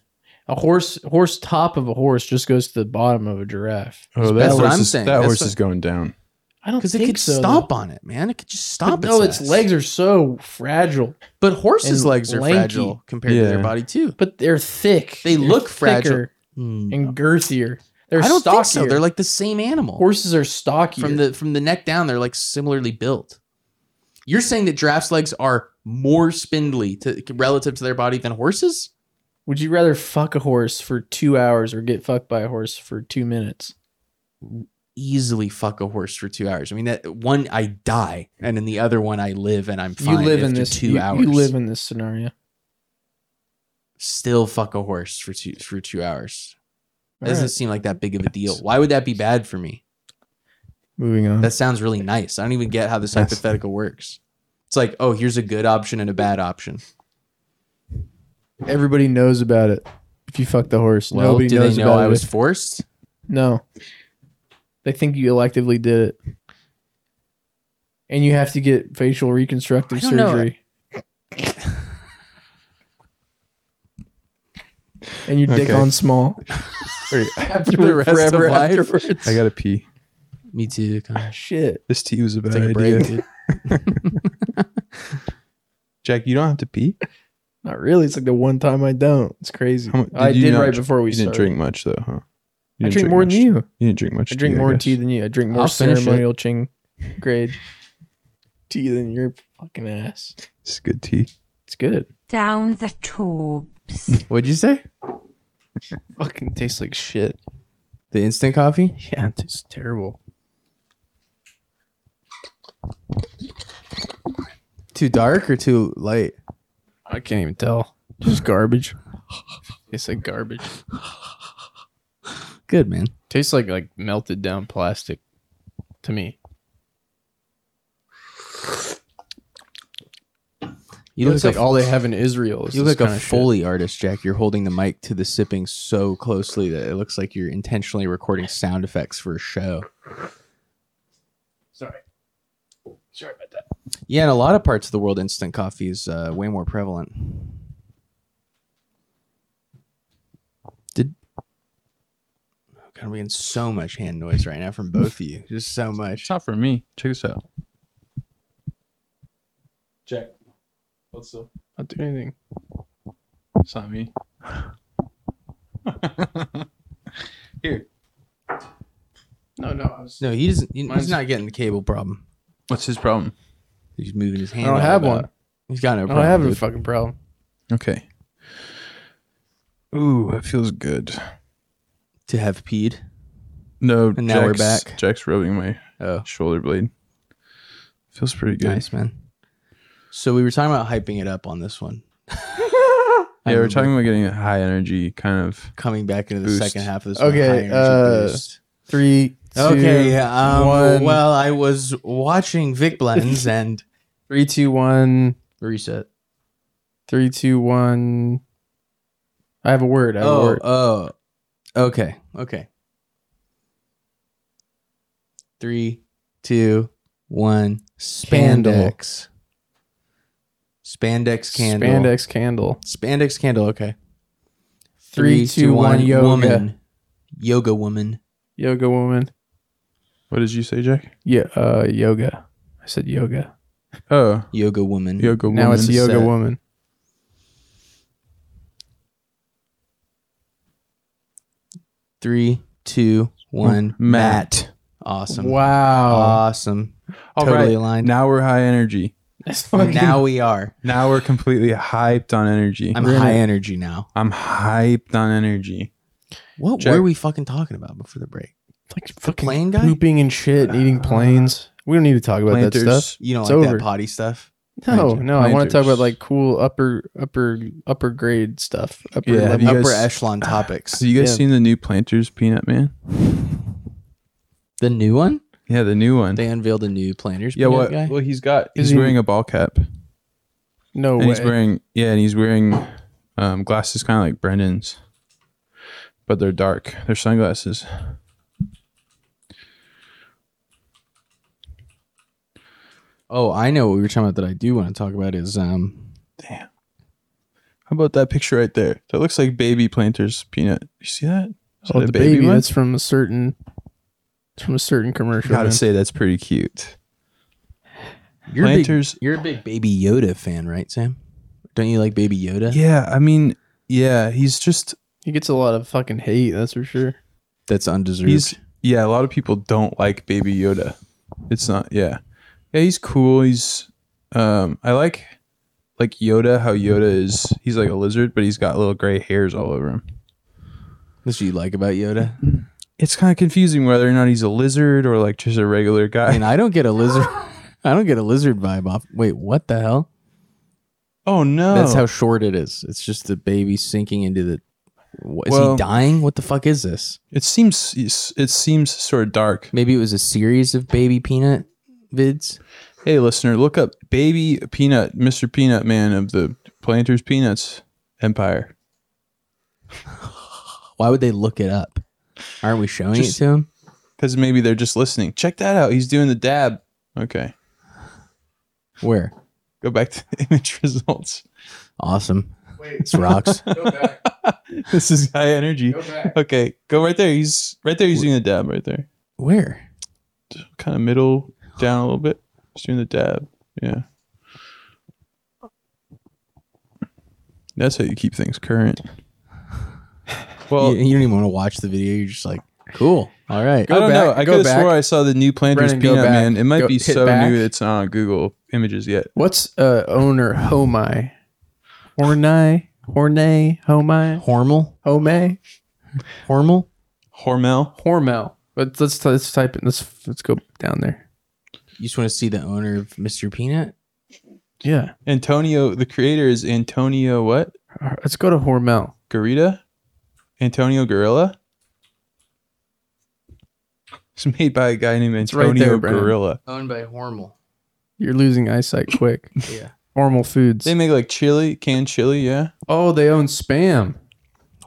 Speaker 4: a horse, horse top of a horse just goes to the bottom of a giraffe.
Speaker 2: Oh, that
Speaker 3: That's
Speaker 2: horse
Speaker 3: what I'm
Speaker 2: is,
Speaker 3: saying.
Speaker 2: That
Speaker 3: That's
Speaker 2: horse
Speaker 3: what-
Speaker 2: is going down.
Speaker 4: I don't
Speaker 3: Because
Speaker 4: think
Speaker 3: it could
Speaker 4: so. though.
Speaker 3: stomp on it, man. It could just stomp.
Speaker 4: But no,
Speaker 3: its,
Speaker 4: its
Speaker 3: ass.
Speaker 4: legs are so fragile,
Speaker 3: But horses'
Speaker 4: and
Speaker 3: legs are
Speaker 4: lanky.
Speaker 3: fragile compared to their
Speaker 2: Yeah.
Speaker 3: body too.
Speaker 4: but they're thick.
Speaker 3: They
Speaker 4: They're
Speaker 3: look fragile.
Speaker 4: thicker and girthier. Mm. They're
Speaker 3: I don't
Speaker 4: stockier.
Speaker 3: think so. They're like the same animal.
Speaker 4: horses are stockier.
Speaker 3: from the from the neck down, they're like similarly built. You're saying that giraffes' legs are more spindly to, relative to their body than horses?
Speaker 4: Would you rather fuck a horse for two hours or get fucked by a horse for two minutes?
Speaker 3: Easily fuck a horse for two hours. I mean, that one I die, and in the other one I live, and I'm fine.
Speaker 4: you live in
Speaker 3: after
Speaker 4: this.
Speaker 3: two
Speaker 4: you,
Speaker 3: hours.
Speaker 4: You live in this scenario.
Speaker 3: still fuck a horse for two for two hours. That
Speaker 4: All
Speaker 3: doesn't
Speaker 4: right.
Speaker 3: seem like that big of a deal. Why would that be bad for me?
Speaker 4: Moving on.
Speaker 3: That sounds really nice. I don't even get how this
Speaker 2: Yes.
Speaker 3: hypothetical works. It's like, oh, here's a good option and a bad option.
Speaker 4: Everybody knows about it. If you fuck the horse,
Speaker 3: Well,
Speaker 4: nobody
Speaker 3: do
Speaker 4: knows
Speaker 3: they know
Speaker 4: about
Speaker 3: I
Speaker 4: it.
Speaker 3: was forced?
Speaker 4: no, they think you electively did it, and you have to get facial reconstructive
Speaker 3: I don't know.
Speaker 4: surgery. and your dick
Speaker 2: Okay.
Speaker 4: on small
Speaker 2: Wait,
Speaker 4: after
Speaker 3: the rest of
Speaker 4: forever
Speaker 3: life.
Speaker 4: afterwards.
Speaker 2: I gotta pee.
Speaker 3: Me too. Connor.
Speaker 4: Shit.
Speaker 2: This tea was a bad
Speaker 3: Take a
Speaker 2: idea.
Speaker 3: break. dude.
Speaker 2: Jack, you don't have to pee.
Speaker 4: Not really. It's like the one time I don't. It's crazy.
Speaker 2: How mu-
Speaker 4: I
Speaker 2: you
Speaker 4: did
Speaker 2: not
Speaker 4: right
Speaker 2: dr-
Speaker 4: before we
Speaker 2: You didn't
Speaker 4: started.
Speaker 2: drink much though, huh? You
Speaker 4: I
Speaker 2: didn't
Speaker 4: drink more
Speaker 2: much-
Speaker 4: than you.
Speaker 2: You didn't drink much.
Speaker 4: I drink
Speaker 2: tea,
Speaker 4: more
Speaker 2: guess.
Speaker 4: tea than you. I drink more
Speaker 3: I'll finish it.
Speaker 4: ceremonial ching grade tea than your fucking ass.
Speaker 2: It's good tea.
Speaker 4: It's good.
Speaker 6: Down the tubes.
Speaker 3: What'd you say?
Speaker 4: Fucking tastes like shit.
Speaker 3: The instant coffee?
Speaker 4: Yeah, it tastes terrible.
Speaker 3: Too dark or too light?
Speaker 4: I can't even tell. Just garbage. tastes like garbage.
Speaker 3: Good man.
Speaker 4: Tastes like like melted down plastic to me.
Speaker 3: You look
Speaker 4: It's
Speaker 3: like,
Speaker 4: like all they have in Israel. Is
Speaker 3: you
Speaker 4: this
Speaker 3: look like a
Speaker 4: kinda shit.
Speaker 3: Foley artist, Jack. You're holding the mic to the sipping so closely that it looks like you're intentionally recording sound effects for a show.
Speaker 4: Sorry. Sorry about that.
Speaker 3: Yeah, in a lot of parts of the world, instant coffee is uh, way more prevalent. Did God, I'm getting so much hand noise right now from both of you. Just so much. It's
Speaker 2: not for me. Check this out.
Speaker 4: Jack. What's up? Not doing anything.
Speaker 2: It's not me. Here.
Speaker 4: No, no. I was,
Speaker 3: No, he doesn't. he-
Speaker 4: Mine's-
Speaker 3: he's not getting the cable problem.
Speaker 2: What's his problem?
Speaker 3: He's moving his
Speaker 4: I
Speaker 3: hand.
Speaker 4: don't
Speaker 3: all
Speaker 4: have
Speaker 3: about.
Speaker 4: one.
Speaker 3: He's got no
Speaker 4: I
Speaker 3: problem.
Speaker 4: don't have a
Speaker 3: dude.
Speaker 4: fucking problem.
Speaker 2: Okay. Ooh, it feels good.
Speaker 3: to have peed.
Speaker 2: No,
Speaker 3: And now we're
Speaker 2: Jack's-
Speaker 3: back.
Speaker 2: Jack's rubbing my
Speaker 4: Oh.
Speaker 2: shoulder blade. Feels pretty good.
Speaker 3: Nice man. So we were talking about hyping it up on this one.
Speaker 2: Yeah, we're talking about getting a high energy kind of
Speaker 3: coming back into the second half of this. one, high
Speaker 4: Okay.
Speaker 3: energy
Speaker 4: Uh,
Speaker 3: boost.
Speaker 4: three. Two,
Speaker 3: okay. Um,
Speaker 4: one.
Speaker 3: Well, I was watching Vic Blends and
Speaker 4: Three, two, one.
Speaker 3: reset.
Speaker 4: Three, two, one. I have a word. I have a
Speaker 3: Oh,
Speaker 4: word.
Speaker 3: oh, okay, okay. Three, two, one. Spandex. Spandex candle.
Speaker 4: Spandex candle.
Speaker 3: Spandex candle. Okay.
Speaker 4: Three, two, one. Yoga.
Speaker 3: Woman. Yoga woman.
Speaker 4: Yoga woman.
Speaker 2: What did you say, Jack?
Speaker 4: Yeah. Uh, yoga. I said yoga.
Speaker 2: Oh,
Speaker 3: Yoga woman.
Speaker 2: yoga
Speaker 4: now
Speaker 2: woman.
Speaker 4: it's yoga
Speaker 3: Set.
Speaker 4: woman.
Speaker 3: Three, two, one.
Speaker 2: Matt.
Speaker 3: Awesome.
Speaker 4: Wow.
Speaker 3: Uh, Awesome.
Speaker 2: All
Speaker 3: totally
Speaker 2: right,
Speaker 3: aligned.
Speaker 2: Now we're high energy.
Speaker 4: That's fucking-
Speaker 3: Now we are.
Speaker 2: Now we're completely hyped on energy.
Speaker 3: I'm
Speaker 2: We're
Speaker 3: high
Speaker 2: gonna-
Speaker 3: energy now.
Speaker 2: I'm hyped on energy.
Speaker 3: What
Speaker 2: Jack-
Speaker 3: were we fucking talking about before the break?
Speaker 4: like
Speaker 3: The
Speaker 4: fucking
Speaker 3: plane guy?
Speaker 4: pooping and shit and eating planes. We don't need to talk about that
Speaker 2: Planters.
Speaker 4: stuff.
Speaker 3: You don't
Speaker 4: It's
Speaker 3: like
Speaker 4: over.
Speaker 3: that potty stuff?
Speaker 4: No,
Speaker 2: Planters.
Speaker 4: no. I want to talk about
Speaker 2: Planters.
Speaker 4: like cool upper, upper, upper grade stuff. Upper
Speaker 2: Yeah, have
Speaker 4: level.
Speaker 2: you
Speaker 3: Upper
Speaker 2: guys-
Speaker 3: echelon topics.
Speaker 2: So you guys
Speaker 4: Yeah.
Speaker 2: seen the new Planters Peanut Man?
Speaker 3: the new one?
Speaker 2: Yeah, the new one.
Speaker 3: They unveiled a new planners.
Speaker 2: yeah,
Speaker 3: peanut
Speaker 2: what?
Speaker 3: guy?
Speaker 2: Well, he's got.
Speaker 4: Is
Speaker 2: He's
Speaker 4: he-
Speaker 2: wearing a ball cap, and
Speaker 4: No
Speaker 2: he's
Speaker 4: way.
Speaker 2: wearing yeah, and he's wearing um, glasses, kind of like Brendan's, but they're dark. They're sunglasses.
Speaker 3: Oh, I know what we were talking about that I do want to talk about is um
Speaker 2: How about that picture right there? That looks like baby Planters Peanut. You see that? Is
Speaker 4: Oh,
Speaker 2: that
Speaker 4: the baby.
Speaker 2: one?
Speaker 4: That's from a certain. It's from a certain commercial.
Speaker 2: Gotta
Speaker 4: man.
Speaker 2: say that's pretty cute.
Speaker 3: you're
Speaker 2: Planters-
Speaker 3: A big, you're a big baby Yoda fan, right, Sam? Don't you like baby Yoda?
Speaker 2: Yeah, I mean, yeah, he's just
Speaker 4: He gets a lot of fucking hate. That's for sure.
Speaker 3: That's undeserved.
Speaker 2: he's yeah. A lot of people don't like Baby Yoda. It's not yeah, yeah. He's cool. He's um, I like like Yoda. How Yoda is? He's like a lizard, but he's got little gray hairs all over him.
Speaker 3: That's what you like about Yoda.
Speaker 2: It's kind of confusing whether or not he's a lizard or like just a regular guy.
Speaker 3: I mean, I don't get a lizard. I don't get a lizard vibe off. Wait, what the hell?
Speaker 2: oh no,
Speaker 3: That's how short it is. It's just the baby sinking into the. wha- Is
Speaker 2: Well-
Speaker 3: he dying? What the fuck is this?
Speaker 2: it seems. It seems sort of dark.
Speaker 3: Maybe it was a series of baby peanut vids.
Speaker 2: Hey, listener, look up Baby Peanut, Mr. Peanut Man of the Planters Peanuts Empire.
Speaker 3: Why would they look it up? Aren't we showing
Speaker 2: Just-
Speaker 3: it to him?
Speaker 2: Because maybe they're just listening. Check that out. He's doing the dab. Okay.
Speaker 3: Where?
Speaker 2: Go back to the image results.
Speaker 3: Awesome. It's rocks.
Speaker 2: This is high energy. okay. Go right there. He's right there. He's doing the dab right there.
Speaker 3: Where?
Speaker 2: Kind of middle down a little bit. He's doing the dab. Yeah. That's how you keep things current. Well,
Speaker 3: you, you don't even want to watch the video. You're just like, cool. All right.
Speaker 2: I don't know. I
Speaker 4: go
Speaker 2: could have
Speaker 4: back.
Speaker 2: swore I saw the new Planters
Speaker 4: Brennan, go
Speaker 2: Peanut
Speaker 4: back.
Speaker 2: Man. It might
Speaker 4: Go-
Speaker 2: be
Speaker 4: hit
Speaker 2: so
Speaker 4: back.
Speaker 2: new it's not on Google Images yet.
Speaker 4: What's uh, owner Homai? Hornai? Hornay? Homai?
Speaker 3: Hormel.
Speaker 4: Homay?
Speaker 3: Hormel.
Speaker 2: Hormel.
Speaker 4: Hormel. But let's let's type it. Let's let's go down there.
Speaker 3: You just want to see the owner of Mr. Peanut.
Speaker 4: Yeah.
Speaker 2: Antonio, the creator is Antonio what?
Speaker 4: uh, Let's go to Hormel.
Speaker 2: Garita? Antonio Gorilla? It's made by a guy named
Speaker 4: right
Speaker 2: Antonio
Speaker 4: there, Brandon.
Speaker 2: Gorilla.
Speaker 3: Owned by Hormel.
Speaker 4: You're losing eyesight quick.
Speaker 3: Yeah.
Speaker 4: Hormel Foods.
Speaker 2: They make like chili, canned chili, yeah.
Speaker 4: oh, they own Spam.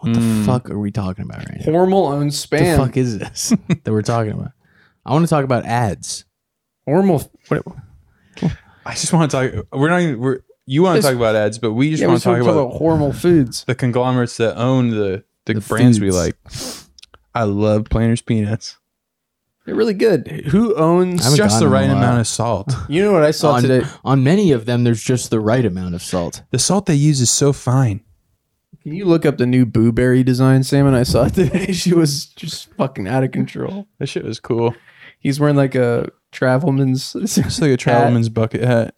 Speaker 3: What
Speaker 2: Mm.
Speaker 3: the fuck are we talking about right now?
Speaker 4: Hormel owns
Speaker 3: What the
Speaker 4: Spam.
Speaker 3: fuck is this that we're talking about? I want to talk about ads.
Speaker 4: Hormel. What,
Speaker 2: I just want to talk. We're not even. We're, you want to
Speaker 4: It's-
Speaker 2: talk about ads, but we just
Speaker 4: yeah, we
Speaker 2: want
Speaker 4: just
Speaker 2: to talk about
Speaker 4: Hormel Foods.
Speaker 2: the conglomerates that own the the,
Speaker 3: The
Speaker 2: brands we
Speaker 3: foods.
Speaker 2: like. I love Planters peanuts.
Speaker 4: They're really good.
Speaker 2: Who owns
Speaker 3: haven't
Speaker 2: just the
Speaker 3: gotten them in
Speaker 2: right
Speaker 3: a while.
Speaker 2: amount of salt?
Speaker 4: You know what I saw
Speaker 3: on,
Speaker 4: today?
Speaker 3: on many of them, there's just the right amount of salt.
Speaker 2: The salt they use is so fine.
Speaker 4: Can you look up the new Boo Berry design salmon I saw today? She was just fucking out of control.
Speaker 2: That shit was cool.
Speaker 4: He's wearing like a travelman's.
Speaker 2: It's like a travelman's bucket hat.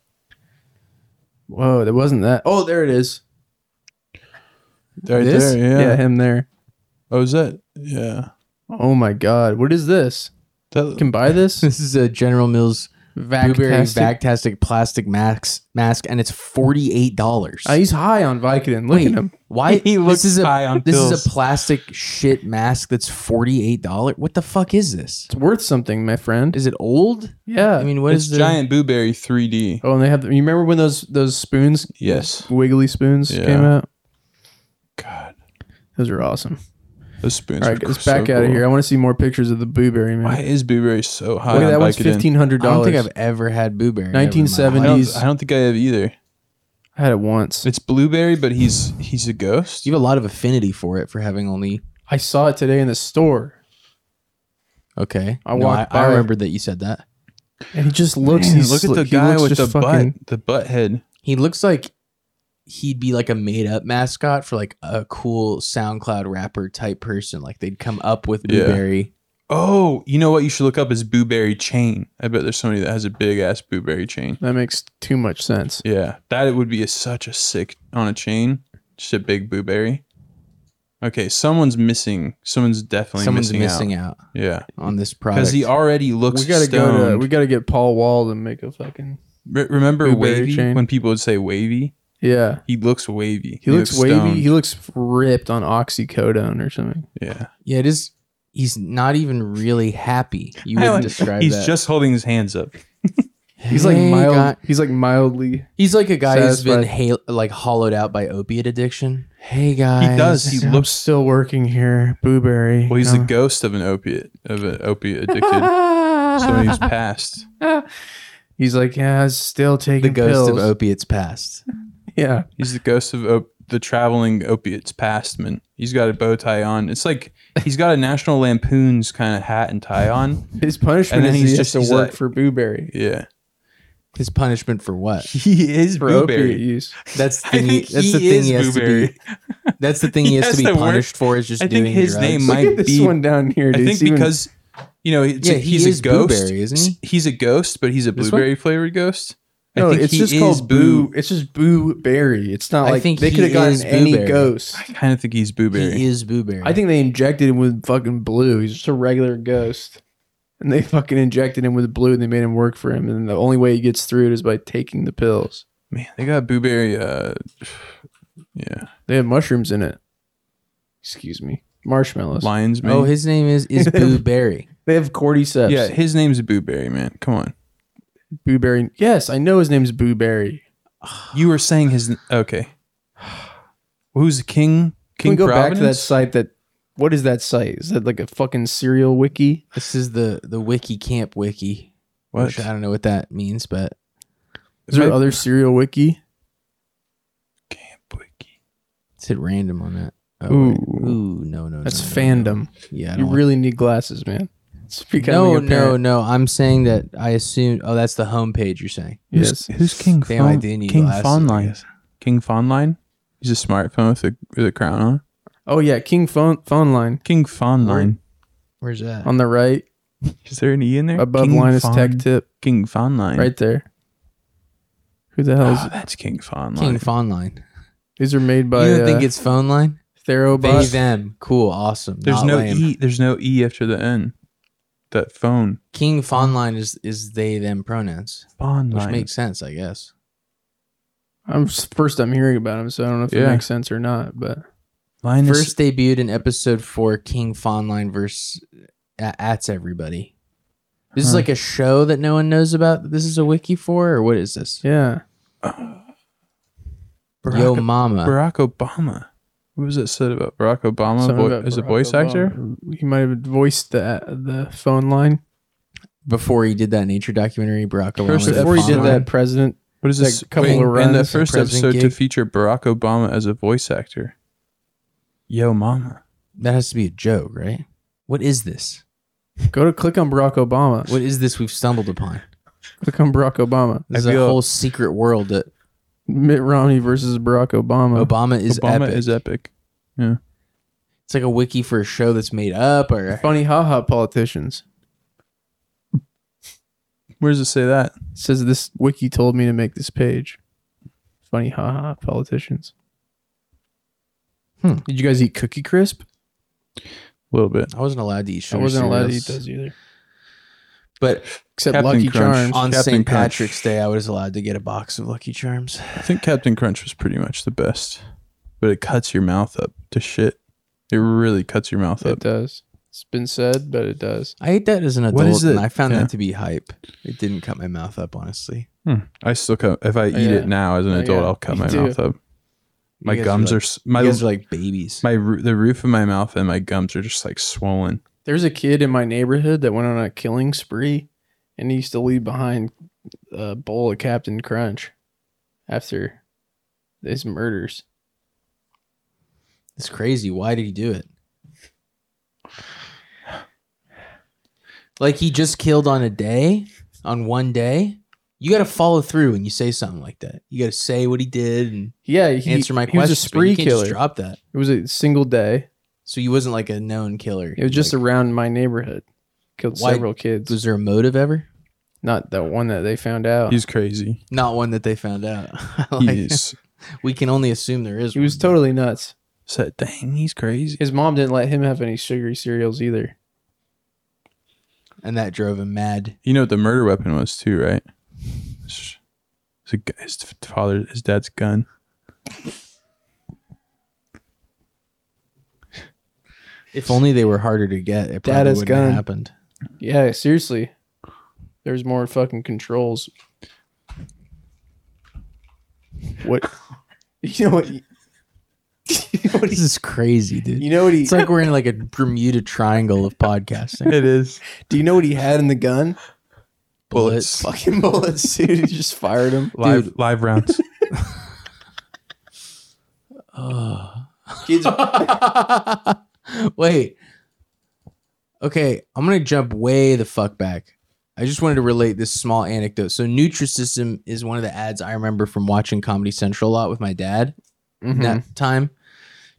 Speaker 4: Whoa, that wasn't that. Oh, there it is.
Speaker 2: Right
Speaker 4: This?
Speaker 2: there, yeah.
Speaker 4: yeah, him there.
Speaker 2: Oh, is that? Yeah.
Speaker 4: Oh my god, what is this?
Speaker 2: That,
Speaker 4: Can buy this?
Speaker 3: This is a General Mills blueberry
Speaker 4: Vac.
Speaker 3: Vactastic plastic mask, mask, and it's forty eight dollars.
Speaker 4: Ah, he's high on Vicodin. Look at him.
Speaker 3: Why
Speaker 2: He looks
Speaker 3: this is a,
Speaker 2: high on
Speaker 3: This
Speaker 2: pills.
Speaker 3: is a plastic shit mask that's forty eight dollars. What the fuck is this?
Speaker 4: It's worth something, my friend.
Speaker 3: Is it old?
Speaker 4: Yeah.
Speaker 3: I mean, what
Speaker 2: It's
Speaker 3: is the
Speaker 2: giant blueberry 3D.
Speaker 4: oh, and they have. The, you remember when those those spoons,
Speaker 2: Yes.
Speaker 4: wiggly spoons,
Speaker 2: Yeah.
Speaker 4: came out?
Speaker 2: God,
Speaker 4: Those are awesome.
Speaker 2: those spoons.
Speaker 4: All right,
Speaker 2: are
Speaker 4: let's
Speaker 2: so
Speaker 4: back out of
Speaker 2: cool.
Speaker 4: here. I want to see more pictures of the blueberry man.
Speaker 2: Why is blueberry so high?
Speaker 4: Look at
Speaker 2: on
Speaker 4: that one's
Speaker 2: Vicodin?
Speaker 4: fifteen hundred
Speaker 3: I don't
Speaker 4: dollars.
Speaker 3: think I've ever had blueberry. Never mind.
Speaker 4: 1970.
Speaker 2: I don't,
Speaker 4: 70s.
Speaker 2: I don't think I have either.
Speaker 4: had it once.
Speaker 2: It's blueberry, but he's he's a ghost.
Speaker 3: You have a lot of affinity for it for having only.
Speaker 4: I saw it today in the store,
Speaker 3: Okay,
Speaker 4: I walked
Speaker 3: I, I
Speaker 4: by.
Speaker 3: remember that you said that.
Speaker 4: and he just looks. he's
Speaker 2: look at
Speaker 4: sli-
Speaker 2: the
Speaker 4: he
Speaker 2: guy
Speaker 4: looks
Speaker 2: with the
Speaker 4: just fucking-
Speaker 2: butt, the butt head.
Speaker 3: He looks like he'd be like a made up mascot for like a cool SoundCloud rapper type person. Like they'd come up with
Speaker 2: Yeah.
Speaker 3: blueberry.
Speaker 2: Oh, you know what? You should look up is blueberry chain. I bet there's somebody that has a big ass blueberry chain.
Speaker 4: That makes too much sense.
Speaker 2: Yeah, that would be a, such a sick on a chain. Just a big blueberry. Okay, someone's missing. Someone's definitely
Speaker 3: Someone's
Speaker 2: missing,
Speaker 3: missing,
Speaker 2: out.
Speaker 3: out.
Speaker 2: Yeah,
Speaker 3: on this product.
Speaker 2: because he already looks.
Speaker 4: We gotta go to.
Speaker 2: stoned.
Speaker 4: We gotta get Paul Wall to make a fucking.
Speaker 2: Re- remember
Speaker 4: Blueberry
Speaker 2: wavy
Speaker 4: chain.
Speaker 2: when people would say wavy.
Speaker 4: Yeah,
Speaker 2: He looks wavy.
Speaker 4: he, looks, wavy.
Speaker 2: stoned.
Speaker 4: He looks ripped on oxycodone or something.
Speaker 2: yeah,
Speaker 3: yeah, it is. He's not even really happy. You would
Speaker 2: like-
Speaker 3: describe
Speaker 2: he's
Speaker 3: that.
Speaker 2: just holding his hands up.
Speaker 4: He's like
Speaker 3: Hey,
Speaker 4: mild.
Speaker 3: guy-
Speaker 4: He's like mildly.
Speaker 3: he's like a guy who's been
Speaker 4: satisfied.
Speaker 3: ha- like hollowed out by opiate addiction. Hey guys,
Speaker 2: He does. He
Speaker 4: I'm
Speaker 2: looks.
Speaker 4: still working here, Booberry.
Speaker 2: Well, he's
Speaker 4: you
Speaker 2: the
Speaker 4: know?
Speaker 2: ghost of an opiate of an opiate addicted. Somebody who's passed.
Speaker 4: He's like, yeah, I was still taking
Speaker 3: the ghost
Speaker 4: pills.
Speaker 3: of opiates past.
Speaker 4: Yeah,
Speaker 2: He's the ghost of op- the traveling opiates past man. He's got a bow tie on. It's like he's got a National Lampoon's kind of hat and tie on.
Speaker 4: his
Speaker 2: And
Speaker 4: punishment
Speaker 2: then
Speaker 4: is
Speaker 2: he's
Speaker 4: he
Speaker 2: just-
Speaker 4: has
Speaker 2: he's
Speaker 4: to work
Speaker 2: like-
Speaker 4: for Booberry
Speaker 2: Yeah,
Speaker 3: His punishment for what?
Speaker 2: he is
Speaker 4: for opiate
Speaker 2: blueberry.
Speaker 4: use.
Speaker 3: That's the
Speaker 2: I
Speaker 3: thing. He,
Speaker 2: think
Speaker 3: that's
Speaker 2: he
Speaker 3: the thing
Speaker 2: is
Speaker 3: he has to
Speaker 2: Blueberry.
Speaker 3: be. That's the thing he,
Speaker 2: He
Speaker 3: has,
Speaker 2: has
Speaker 3: to be
Speaker 2: to work-
Speaker 3: punished for is just
Speaker 2: I
Speaker 3: doing
Speaker 2: think his
Speaker 3: drugs.
Speaker 2: name
Speaker 4: Look
Speaker 2: might
Speaker 4: at this
Speaker 2: be.
Speaker 4: one down here.
Speaker 2: I
Speaker 4: Dude.
Speaker 2: think
Speaker 4: It's even-
Speaker 2: because you know it's
Speaker 3: Yeah,
Speaker 2: a-
Speaker 3: he
Speaker 2: he's
Speaker 3: is
Speaker 2: a ghost.
Speaker 3: Blueberry, isn't he?
Speaker 2: He's a ghost, but he's a
Speaker 3: This one?
Speaker 2: blueberry flavored ghost.
Speaker 4: no, it's
Speaker 2: he
Speaker 4: just
Speaker 2: is
Speaker 4: called Boo. It's just Boo Berry. It's not
Speaker 3: I
Speaker 4: like
Speaker 3: think
Speaker 4: they
Speaker 3: he
Speaker 4: could have
Speaker 3: is
Speaker 4: gotten any
Speaker 3: Booberry.
Speaker 4: ghost.
Speaker 2: I kind of think he's blueberry.
Speaker 3: He is Booberry.
Speaker 4: I think they injected him with fucking blue. He's just a regular ghost. And they fucking injected him with blue and they made him work for him. And the only way he gets through it is by taking the pills.
Speaker 2: Man, they got blueberry. Uh, yeah,
Speaker 4: They have mushrooms in it. Excuse me. Marshmallows.
Speaker 2: lions. Mane.
Speaker 3: Oh, his name is is Booberry.
Speaker 4: They have cordyceps.
Speaker 2: yeah, his name's blueberry. Man, come on.
Speaker 4: Boo Berry. Yes, I know his name's Boo Berry.
Speaker 2: You were saying his okay. Who's the king? King
Speaker 4: Can we go back to that
Speaker 2: Providence?
Speaker 4: site that. What is that site? Is that like a fucking serial wiki?
Speaker 3: This is the the Wiki Camp Wiki.
Speaker 2: What?
Speaker 3: Which I don't know what that means, but
Speaker 4: Is there
Speaker 2: Maybe-
Speaker 4: other serial wiki?
Speaker 3: it said random on that. Oh, wait.
Speaker 4: Ooh.
Speaker 3: Ooh, no, no,
Speaker 4: That's
Speaker 3: no, no, no.
Speaker 4: fandom.
Speaker 3: Yeah, I
Speaker 4: You
Speaker 3: don't
Speaker 4: really need glasses, man. It's becoming
Speaker 3: no, no,
Speaker 4: apparent.
Speaker 3: no. I'm saying that I assume. Oh, that's the homepage you're saying.
Speaker 4: Yes.
Speaker 2: Who's King?
Speaker 3: Damn, I do need
Speaker 2: King
Speaker 3: glasses, I
Speaker 2: Fonline.
Speaker 3: guess.
Speaker 2: King Fonline. He's a smartphone with a with a crown on.
Speaker 4: Oh yeah, King phone phone line
Speaker 2: King Fonline.
Speaker 3: Where's that?
Speaker 4: on the right.
Speaker 2: Is there an E in there?
Speaker 4: above
Speaker 2: King
Speaker 4: Linus Tech
Speaker 2: Fon-
Speaker 4: Tip,
Speaker 2: King Fonline.
Speaker 4: right Ah, there. Who the hell is?
Speaker 2: Oh, that's King Fonline.
Speaker 3: King phone line.
Speaker 4: These are made
Speaker 3: Ah, You
Speaker 4: by
Speaker 3: don't think
Speaker 4: uh,
Speaker 3: it's phone line? They
Speaker 4: Therobot.
Speaker 3: them. Cool. Awesome.
Speaker 2: There's
Speaker 3: Not
Speaker 2: no
Speaker 3: lame.
Speaker 2: E. There's no E after the N. That phone.
Speaker 3: King phone line is is they them pronouns,
Speaker 2: Fonline.
Speaker 3: which makes sense, I guess.
Speaker 4: I'm s- first I'm hearing about them, so I don't know if it
Speaker 2: Yeah.
Speaker 4: makes sense or not. But
Speaker 2: Linus.
Speaker 3: First debuted in episode four, King phone line versus A- Ats everybody. This is
Speaker 2: Huh.
Speaker 3: like a show that no one knows about. that This is a wiki for, or what is this?
Speaker 4: yeah,
Speaker 2: Barack,
Speaker 3: Yo, mama.
Speaker 2: Barack Obama. What was it said about Barack Obama
Speaker 4: something
Speaker 2: vo-
Speaker 4: about
Speaker 2: as a
Speaker 4: Barack
Speaker 2: voice actor?
Speaker 4: Obama. He might have voiced the the phone line
Speaker 3: Before he did that nature documentary, Barack Obama.
Speaker 2: First-
Speaker 3: did
Speaker 4: before he
Speaker 3: phone
Speaker 4: did
Speaker 3: line.
Speaker 4: that president.
Speaker 2: What is
Speaker 4: Like,
Speaker 2: this?
Speaker 4: couple
Speaker 2: Wait,
Speaker 4: of
Speaker 2: and the
Speaker 4: runs,
Speaker 2: first
Speaker 3: president
Speaker 2: episode to
Speaker 3: gig.
Speaker 2: feature Barack Obama as a voice actor. Yo, mama.
Speaker 3: That has to be a joke, right? What is this?
Speaker 4: Go to click on Barack Obama.
Speaker 3: What is this we've stumbled upon?
Speaker 4: Click on Barack Obama.
Speaker 3: There's a whole secret world that
Speaker 4: Mitt Romney versus Barack Obama.
Speaker 3: Obama is
Speaker 2: Obama
Speaker 3: epic.
Speaker 2: is epic. Yeah.
Speaker 3: It's like a wiki for a show that's made up or
Speaker 4: Funny haha politicians.
Speaker 2: Where does it say that?
Speaker 4: It says this wiki told me to make this page. Funny haha politicians.
Speaker 3: Hmm.
Speaker 4: Did you guys eat Cookie Crisp?
Speaker 2: A little bit.
Speaker 3: I wasn't allowed to eat
Speaker 4: I
Speaker 3: sugar
Speaker 4: wasn't allowed to eat
Speaker 3: cereals.
Speaker 4: those either.
Speaker 3: But
Speaker 4: Except
Speaker 2: Captain
Speaker 4: Lucky
Speaker 2: Crunch.
Speaker 4: Charms.
Speaker 3: on
Speaker 2: Captain
Speaker 3: St.
Speaker 2: Crunch.
Speaker 3: Patrick's Day, I was allowed to get a box of Lucky Charms.
Speaker 2: I think Captain Crunch was pretty much the best, but it cuts your mouth up to shit. It really cuts your mouth
Speaker 4: It
Speaker 2: up.
Speaker 4: does. It's been said, but it does.
Speaker 3: I ate that as an
Speaker 2: What
Speaker 3: adult,
Speaker 2: is it?
Speaker 3: and I found
Speaker 2: Yeah.
Speaker 3: that to be hype. It didn't cut my mouth up, honestly.
Speaker 2: Hmm. I still cut if I eat
Speaker 4: yeah.
Speaker 2: it now as an
Speaker 4: Oh,
Speaker 2: adult,
Speaker 4: yeah.
Speaker 2: I'll cut
Speaker 4: Me
Speaker 2: my
Speaker 4: too.
Speaker 2: mouth up. My
Speaker 3: You guys
Speaker 2: gums
Speaker 3: are
Speaker 2: are,
Speaker 3: like-
Speaker 2: s my
Speaker 3: you guys are like babies.
Speaker 2: my roo- the roof of my mouth and my gums are just like swollen.
Speaker 4: There's a kid in my neighborhood that went on a killing spree, and he used to leave behind a bowl of Captain Crunch after his murders.
Speaker 3: It's crazy. Why did he do it? Like he just killed on a day, on one day. You got to follow through when you say something like that. You got to say what he did and
Speaker 4: Yeah, he,
Speaker 3: answer my
Speaker 4: he
Speaker 3: question.
Speaker 4: was a spree killer.
Speaker 3: drop that.
Speaker 4: It was a single day.
Speaker 3: So he wasn't like a known killer.
Speaker 4: It was just
Speaker 3: like,
Speaker 4: around my neighborhood. Killed
Speaker 3: Why-
Speaker 4: several kids.
Speaker 3: Was there a motive ever?
Speaker 4: Not that one that they found out.
Speaker 2: He's crazy.
Speaker 3: Not one that they found out.
Speaker 2: He
Speaker 3: Like,
Speaker 2: is.
Speaker 3: We can only assume there is.
Speaker 4: He was
Speaker 3: one.
Speaker 4: totally nuts.
Speaker 2: Said, dang, he's crazy.
Speaker 4: His mom didn't let him have any sugary cereals either.
Speaker 3: and that drove him mad.
Speaker 2: You know what the murder weapon was too, right? It's, it's a gu- his father, his dad's gun.
Speaker 3: If only they were harder to get, it
Speaker 4: Dad
Speaker 3: probably
Speaker 4: is
Speaker 3: wouldn't have
Speaker 4: gone.
Speaker 3: happened.
Speaker 4: Yeah, seriously. There's more fucking controls. What? You know what?
Speaker 3: This is crazy, dude.
Speaker 4: You know what he?
Speaker 3: It's like we're in like a Bermuda Triangle of podcasting.
Speaker 2: It is
Speaker 4: do you know what he had in the gun?
Speaker 2: bullets,
Speaker 4: Fucking bullets, dude. He just fired him.
Speaker 2: live
Speaker 4: Dude,
Speaker 2: live rounds.
Speaker 4: kids.
Speaker 3: Wait. Okay, I'm gonna jump way the fuck back. I just wanted to relate this small anecdote. So Nutrisystem is one of the ads I remember from watching Comedy Central a lot with my dad in
Speaker 4: Mhm.
Speaker 3: that time.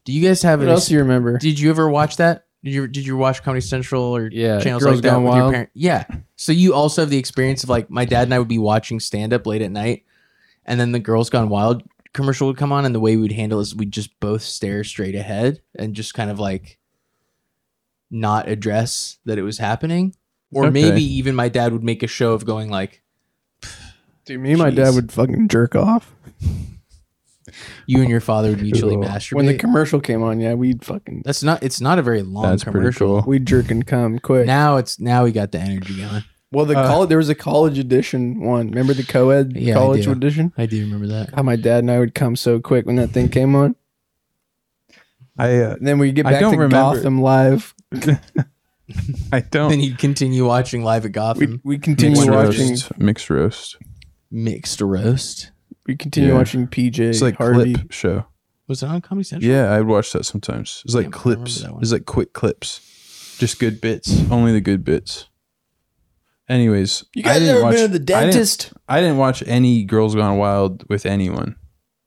Speaker 3: Do you guys have
Speaker 4: What
Speaker 3: an
Speaker 4: else do you remember?
Speaker 3: Did you ever watch that? Did you did you watch Comedy Central or
Speaker 4: Yeah,
Speaker 3: channels
Speaker 4: Girls
Speaker 3: like that
Speaker 4: Gone
Speaker 3: with your
Speaker 4: Wild.
Speaker 3: parents? Yeah. So you also have the experience of like my dad and I would be watching stand up late at night, and then the Girls Gone Wild commercial would come on, and the way we would handle is we'd just both stare straight ahead and just kind of like not address that it was happening, or
Speaker 2: Okay.
Speaker 3: maybe even my dad would make a show of going like,
Speaker 4: Dude, me and my
Speaker 3: Jeez.
Speaker 4: dad would fucking jerk off
Speaker 3: "You and your father would mutually
Speaker 2: Cool.
Speaker 3: masturbate."
Speaker 4: when the commercial came on. Yeah, we'd fucking
Speaker 3: That's not. It's not a very long
Speaker 2: That's pretty
Speaker 3: commercial.
Speaker 2: cool.
Speaker 4: we'd jerk and come quick.
Speaker 3: Now it's now we got the energy going.
Speaker 4: well, the
Speaker 2: Uh,
Speaker 4: college there was a college edition one. Remember the co-ed
Speaker 3: Yeah, I
Speaker 4: college
Speaker 3: do.
Speaker 4: edition?
Speaker 3: I do remember that.
Speaker 4: How my dad and I would come so quick when that thing came on.
Speaker 2: I uh,
Speaker 4: And then we get
Speaker 2: I
Speaker 4: back to
Speaker 2: don't remember.
Speaker 4: Gotham Live.
Speaker 2: I don't.
Speaker 3: Then you'd continue watching live at Gotham.
Speaker 4: We, we continue
Speaker 2: Mm-hmm. mixed
Speaker 4: watching.
Speaker 2: roast. Mixed roast.
Speaker 3: mixed roast.
Speaker 4: We continue
Speaker 2: Yeah.
Speaker 4: watching PJ
Speaker 2: It's like
Speaker 4: Harvey.
Speaker 2: clip show.
Speaker 3: Was it on Comedy Central?
Speaker 2: Yeah, I'd watch that sometimes. It's like
Speaker 3: Damn, I remember
Speaker 2: clips.
Speaker 3: that one.
Speaker 2: It's like quick clips. Just good bits. Only the good bits. Anyways,
Speaker 4: You guys ever been to the
Speaker 2: I didn't-
Speaker 4: dentist?
Speaker 2: I didn't, watch any Girls Gone Wild with anyone.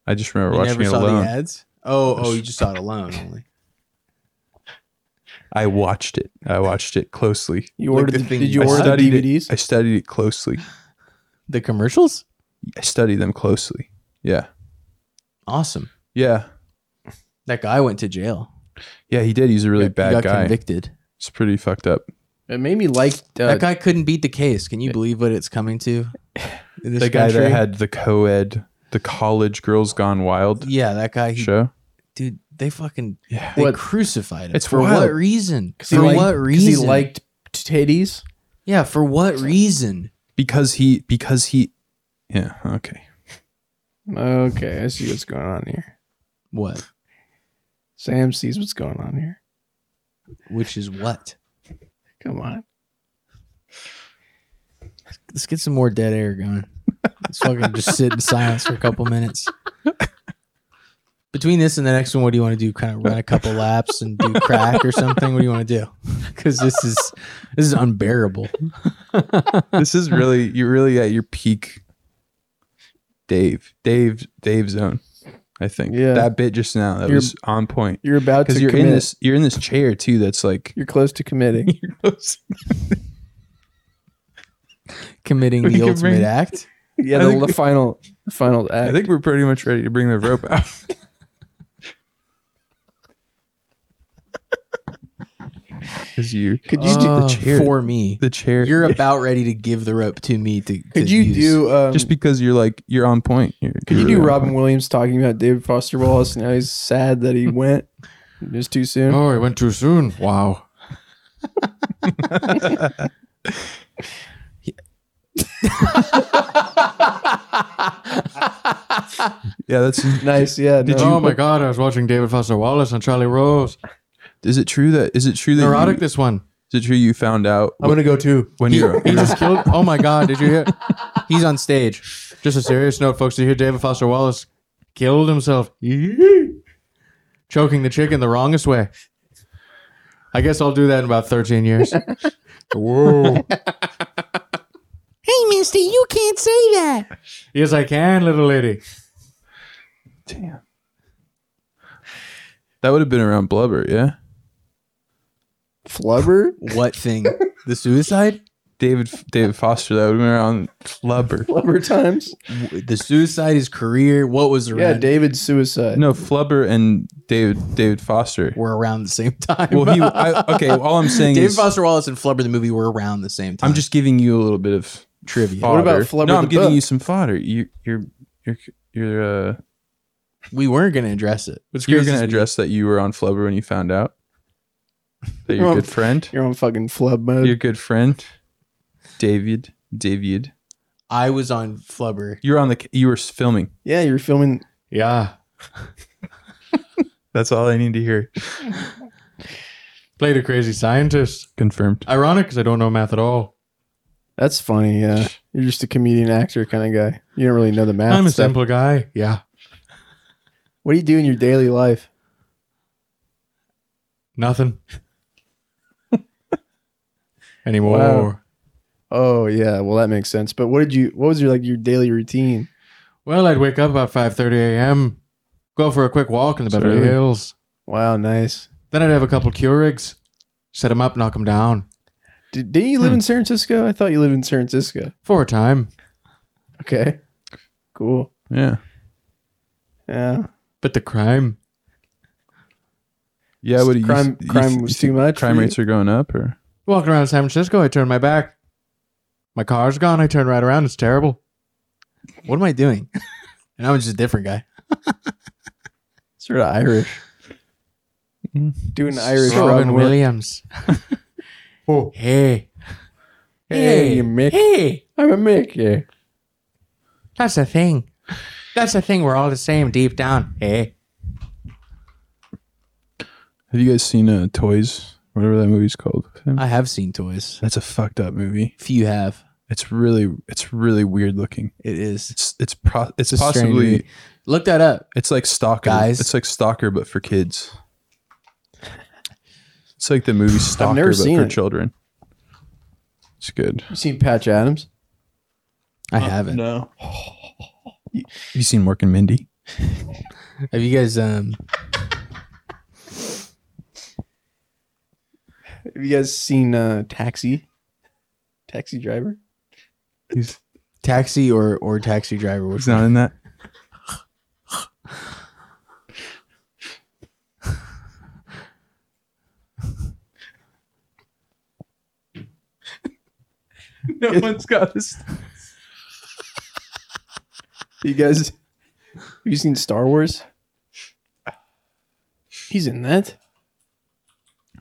Speaker 2: I just remember
Speaker 3: You
Speaker 2: watching
Speaker 3: never
Speaker 2: it
Speaker 3: saw
Speaker 2: alone.
Speaker 3: the ads? Oh, oh, you just saw it alone only.
Speaker 2: I watched it. I watched it closely.
Speaker 4: You
Speaker 3: Like
Speaker 4: ordered
Speaker 3: the
Speaker 4: the,
Speaker 3: thing
Speaker 4: did
Speaker 3: you
Speaker 4: you
Speaker 2: I
Speaker 4: order the
Speaker 2: studied
Speaker 4: DVDs?
Speaker 2: It. I studied it closely.
Speaker 3: The commercials?
Speaker 2: I studied them closely. Yeah.
Speaker 3: Awesome.
Speaker 2: Yeah.
Speaker 3: That guy went to jail.
Speaker 2: Yeah, he did. He's a really
Speaker 3: He
Speaker 2: bad
Speaker 3: got
Speaker 2: guy.
Speaker 3: convicted.
Speaker 2: It's pretty fucked up.
Speaker 4: it made me like uh,
Speaker 3: that guy couldn't beat the case. Can you believe what it's coming to? in this
Speaker 2: The guy that
Speaker 3: country?
Speaker 2: had the co ed, the college Girls Gone Wild
Speaker 3: Yeah, that guy. He,
Speaker 2: show.
Speaker 3: dude, they fucking
Speaker 2: Yeah.
Speaker 3: they
Speaker 4: What?
Speaker 3: crucified him.
Speaker 2: It's
Speaker 3: for
Speaker 2: wild.
Speaker 3: what reason?
Speaker 4: 'cause
Speaker 3: For
Speaker 4: liked-
Speaker 3: what
Speaker 4: 'cause
Speaker 3: reason?
Speaker 4: He liked titties.
Speaker 3: yeah, for what reason?
Speaker 2: because he because he yeah okay
Speaker 4: Okay, I see what's going on here.
Speaker 3: What?
Speaker 4: Sam sees what's going on here.
Speaker 3: Which is what?
Speaker 4: Come on.
Speaker 3: Let's get some more dead air going. Let's fucking just sit in silence for a couple minutes. Between this and the next one, what do you want to do? Kind of run a couple laps and do crack or something? What do you want to do? because this is this is unbearable.
Speaker 2: this is really you're really at your peak Dave. Dave Dave zone. I think.
Speaker 4: Yeah.
Speaker 2: That bit just now that
Speaker 4: You're-
Speaker 2: was on point.
Speaker 4: You're about
Speaker 2: Because
Speaker 4: to
Speaker 2: you're in
Speaker 4: commit.
Speaker 2: this you're in this chair too that's like
Speaker 4: You're close to committing.
Speaker 3: Committing
Speaker 2: We
Speaker 3: the
Speaker 2: can
Speaker 3: ultimate
Speaker 2: bring-
Speaker 3: act.
Speaker 4: yeah,
Speaker 2: I
Speaker 4: the,
Speaker 2: think
Speaker 4: the
Speaker 2: we-
Speaker 4: final the final act.
Speaker 2: I think we're pretty much ready to bring the rope out. Because you
Speaker 4: Could you do-
Speaker 3: Uh,
Speaker 2: the chair
Speaker 3: for me?
Speaker 2: the chair
Speaker 3: You're about ready to give the rope to me to. to
Speaker 4: Could you
Speaker 3: use.
Speaker 4: do um,
Speaker 2: just because you're like you're on point. You're,
Speaker 4: could you
Speaker 2: you're
Speaker 4: do
Speaker 2: really on
Speaker 4: Robin Williams talking about David Foster Wallace and how he's sad that he went just too soon?
Speaker 3: Oh, I went too soon. Wow.
Speaker 2: point. Yeah, that's
Speaker 4: Nice, yeah.
Speaker 2: Did
Speaker 4: no.
Speaker 2: you-
Speaker 3: oh my god, I was watching David Foster Wallace and Charlie Rose.
Speaker 2: is it true that is it true that
Speaker 3: Neurotic
Speaker 2: you,
Speaker 3: this one.
Speaker 2: is it true you found out
Speaker 3: I'm gonna go too.
Speaker 2: when
Speaker 3: he,
Speaker 2: you're-
Speaker 3: he just killed. Oh my god, did you hear? He's on stage. Just a serious note, folks. Did you hear David Foster Wallace killed himself? Choking the chicken the wrongest way. I guess I'll do that in about 13 years. Whoa.
Speaker 10: Hey, mister, you can't say that.
Speaker 3: Yes, I can, little lady.
Speaker 2: Damn. That would have been around blubber, yeah.
Speaker 4: flubber?
Speaker 3: What thing? The suicide?
Speaker 2: David David Foster. That would have been around flubber.
Speaker 4: Flubber times?
Speaker 3: The suicide, his career. What was around?
Speaker 4: Yeah, David's suicide.
Speaker 2: No, flubber and David David Foster.
Speaker 3: were around the same time.
Speaker 2: Well, he. I, okay. All I'm saying
Speaker 3: David
Speaker 2: is
Speaker 3: Foster Wallace and Flubber the movie were around the same time.
Speaker 2: I'm just giving you a little bit of
Speaker 3: trivia.
Speaker 2: fodder.
Speaker 4: What about Flubber
Speaker 2: No, I'm
Speaker 4: the
Speaker 2: giving
Speaker 4: book?
Speaker 2: you some fodder. You you're you're you're uh
Speaker 3: We weren't going to address it. What's
Speaker 2: you're gonna address that you were on flubber when you found out that your
Speaker 4: Well,
Speaker 2: good friend,
Speaker 4: You're on fucking flub mode.
Speaker 2: your good friend, David David.
Speaker 3: I was on Flubber.
Speaker 2: You're on the. ca- You were s- filming.
Speaker 4: yeah, you're filming
Speaker 3: Yeah.
Speaker 2: That's all I need to hear.
Speaker 3: Played a crazy scientist.
Speaker 2: Confirmed.
Speaker 3: Ironic because I don't know math at all.
Speaker 4: That's funny. Yeah, you're just a comedian actor kind of guy. You don't really know the math.
Speaker 3: I'm a
Speaker 4: stuff.
Speaker 3: simple guy. Yeah.
Speaker 4: What do you do in your daily life?
Speaker 3: Nothing. Anymore.
Speaker 4: Wow. Oh yeah, well that makes sense. But what did you? What was your like your daily routine?
Speaker 3: Well, I'd wake up about 5.30 a.m., go for a quick walk in the
Speaker 2: So
Speaker 3: Beverly
Speaker 2: early.
Speaker 3: Hills.
Speaker 4: Wow, nice.
Speaker 3: Then I'd have a couple Keurigs, set them up, knock them down
Speaker 4: Did, didn't you live
Speaker 3: Hmm.
Speaker 4: in San Francisco? I thought you lived in San Francisco.
Speaker 3: for a time.
Speaker 4: Okay, cool.
Speaker 2: Yeah.
Speaker 4: Yeah,
Speaker 3: But the crime,
Speaker 2: Yeah. What do you?
Speaker 4: Crime-
Speaker 2: you
Speaker 4: crime
Speaker 2: th-
Speaker 4: was
Speaker 2: you think
Speaker 4: too much
Speaker 2: Crime
Speaker 4: for you?
Speaker 2: rates are going up, or
Speaker 3: walking around San Francisco, I turn my back. My car's gone. I turn right around. It's terrible. What am I doing? and I'm just a different guy.
Speaker 4: sort of Irish. Doing Irish
Speaker 3: Hmm. Robin,
Speaker 4: Robin Williams.
Speaker 3: Williams. oh, hey.
Speaker 4: Hey, Mick.
Speaker 3: Hey.
Speaker 4: I'm a Mick. Yeah.
Speaker 3: That's the thing. That's the thing. We're all the same deep down. Hey.
Speaker 2: have you guys seen uh, Toys? Whatever that movie's called.
Speaker 3: I have seen toys.
Speaker 2: That's a fucked up movie.
Speaker 3: Few have.
Speaker 2: It's really, it's really weird looking.
Speaker 3: It is.
Speaker 2: It's, it's, pro, it's,
Speaker 3: a strange
Speaker 2: possibly,
Speaker 3: movie. Look that up.
Speaker 2: it's like stalker.
Speaker 3: Guys.
Speaker 2: it's like stalker, but for kids. It's like the movie stalker,
Speaker 4: never
Speaker 2: but
Speaker 4: seen
Speaker 2: for
Speaker 4: it.
Speaker 2: children. It's good.
Speaker 4: You seen Patch Adams?
Speaker 3: I haven't.
Speaker 4: Oh, No.
Speaker 2: Have you seen Mork and Mindy?
Speaker 3: Have you guys um
Speaker 4: Have you guys seen uh, Taxi? Taxi Driver.
Speaker 2: He's,
Speaker 3: taxi or or taxi driver? Which
Speaker 2: he's not in that.
Speaker 4: No one's got this. you guys, have you seen Star Wars? He's in that.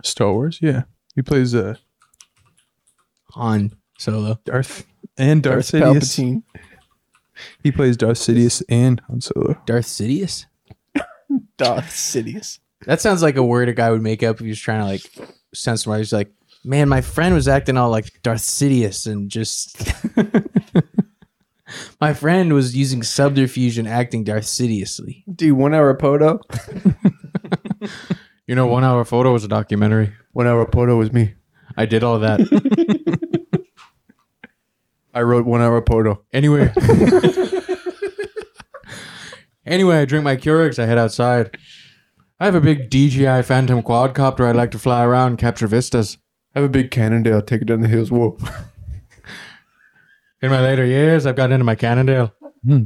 Speaker 2: Star Wars. Yeah. He plays uh,
Speaker 3: Han Solo.
Speaker 2: Darth and Darth,
Speaker 4: Darth
Speaker 2: Sidious.
Speaker 4: Palpatine.
Speaker 2: He plays Darth Sidious and Han Solo.
Speaker 3: Darth Sidious.
Speaker 4: Darth Sidious.
Speaker 3: That sounds like a word a guy would make up if he was trying to like sense somebody. He's like, man, my friend was acting all like Darth Sidious and just. my friend was using subterfuge and acting Darth Sidiously.
Speaker 4: Dude, one hour photo.
Speaker 3: You know, one hour photo was a documentary.
Speaker 4: One hour photo was me.
Speaker 3: I did all that. I wrote one hour portal. Anyway. anyway, I drink my Keurigs. I head outside. I have a big DJI Phantom quadcopter. I'd like to fly around and capture vistas.
Speaker 15: I have a big Cannondale. Take it down the hills. Whoa.
Speaker 3: In my later years, I've gotten into my Cannondale.
Speaker 15: Hmm.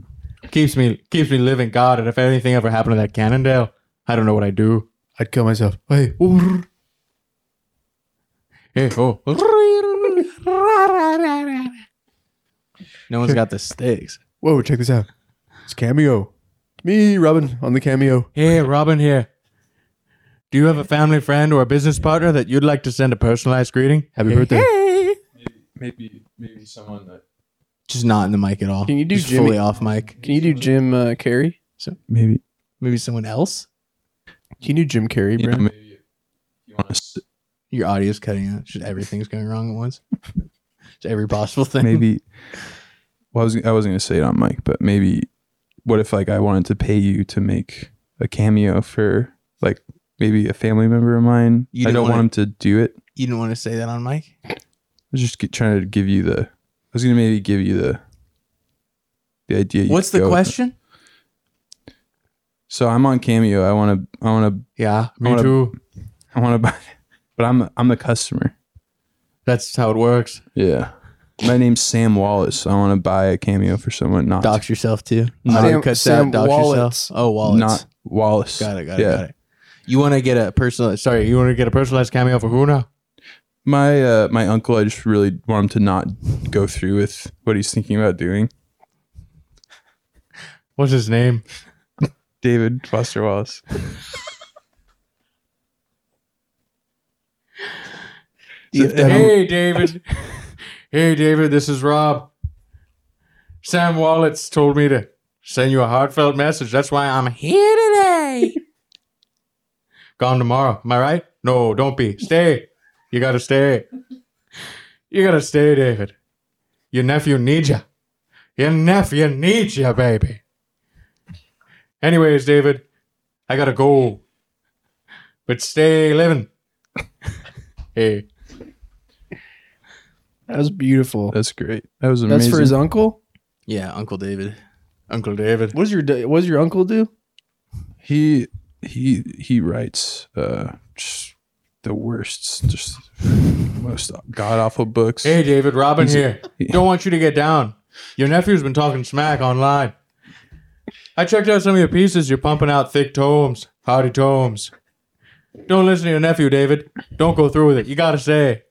Speaker 3: Keeps me keeps me living, God. And if anything ever happened to that Cannondale, I don't know what I'd do.
Speaker 15: I'd kill myself. Oh, Hey,
Speaker 3: hey, oh. No one's got the sticks.
Speaker 15: Whoa, check this out. It's Cameo. It's me, Robin, on the Cameo.
Speaker 3: Hey, Robin here. Do you have a family friend or a business partner that you'd like to send a personalized greeting?
Speaker 15: Happy
Speaker 3: Hey,
Speaker 15: birthday.
Speaker 3: hey.
Speaker 2: Maybe maybe someone that
Speaker 3: Just not in the mic at all.
Speaker 4: Can you do
Speaker 3: Just
Speaker 4: Jimmy-
Speaker 3: fully off mic?
Speaker 4: Can you do Jim uh, Carrey?
Speaker 3: So
Speaker 2: maybe
Speaker 3: maybe someone else.
Speaker 4: Can you do Jim Carrey,
Speaker 2: you know,
Speaker 4: bro?
Speaker 2: maybe you want to
Speaker 3: Your audio's cutting out. Just everything's going wrong at once. Just every possible thing.
Speaker 2: maybe well, I was I wasn't gonna say it on mic, but maybe what if like I wanted to pay you to make a cameo for like maybe a family member of mine?
Speaker 3: You
Speaker 2: I
Speaker 3: didn't
Speaker 2: don't want
Speaker 3: wanna-
Speaker 2: him to do it. I
Speaker 3: you didn't want to say that on mic.
Speaker 2: was just get, trying to give you the. I was gonna maybe give you the the idea. you
Speaker 3: What's
Speaker 2: could
Speaker 3: the
Speaker 2: go with it.
Speaker 3: question?
Speaker 2: So I'm on Cameo. I want to. I want
Speaker 3: to. Yeah,
Speaker 2: me
Speaker 3: too.
Speaker 2: I want to buy, but I'm I'm the customer.
Speaker 3: That's how it works.
Speaker 2: Yeah. My name's Sam Wallace. I want to buy a Cameo for someone. Not
Speaker 3: Dox yourself too.
Speaker 2: Not,
Speaker 3: Audio cuts out,
Speaker 15: Sam
Speaker 3: dox
Speaker 15: Wallets.
Speaker 3: yourself. Oh, wallets.
Speaker 2: not Wallace.
Speaker 3: got it. Got it. Got it. You want to get a personal? Sorry, you want to get a personalized cameo for who now?
Speaker 2: My uh, my uncle. I just really want him to not go through with what he's thinking about doing.
Speaker 3: What's his name?
Speaker 2: David Foster Wallace.
Speaker 3: hey, David. hey, David. This is Rob. Sam Wallets told me to send you a heartfelt message. That's why I'm here today. Gone tomorrow. Am I right? No, don't be. Stay. You gotta stay. You gotta stay, David. Your nephew needs ya. Your nephew needs ya, baby. Anyways, David, I gotta go. But stay living. hey.
Speaker 4: That was beautiful.
Speaker 2: That's great. That was amazing.
Speaker 4: That's for his uncle.
Speaker 3: Yeah, Uncle David. Uncle David.
Speaker 4: What does your da- what does your uncle do?
Speaker 2: He he he writes uh, just the worst, just most god awful books.
Speaker 3: Hey, David, Robin
Speaker 2: He's-
Speaker 3: here. Don't want you to get down. Your nephew's been talking smack online. I checked out some of your pieces. You're pumping out thick tomes, hardy tomes. Don't listen to your nephew, David. Don't go through with it. You gotta say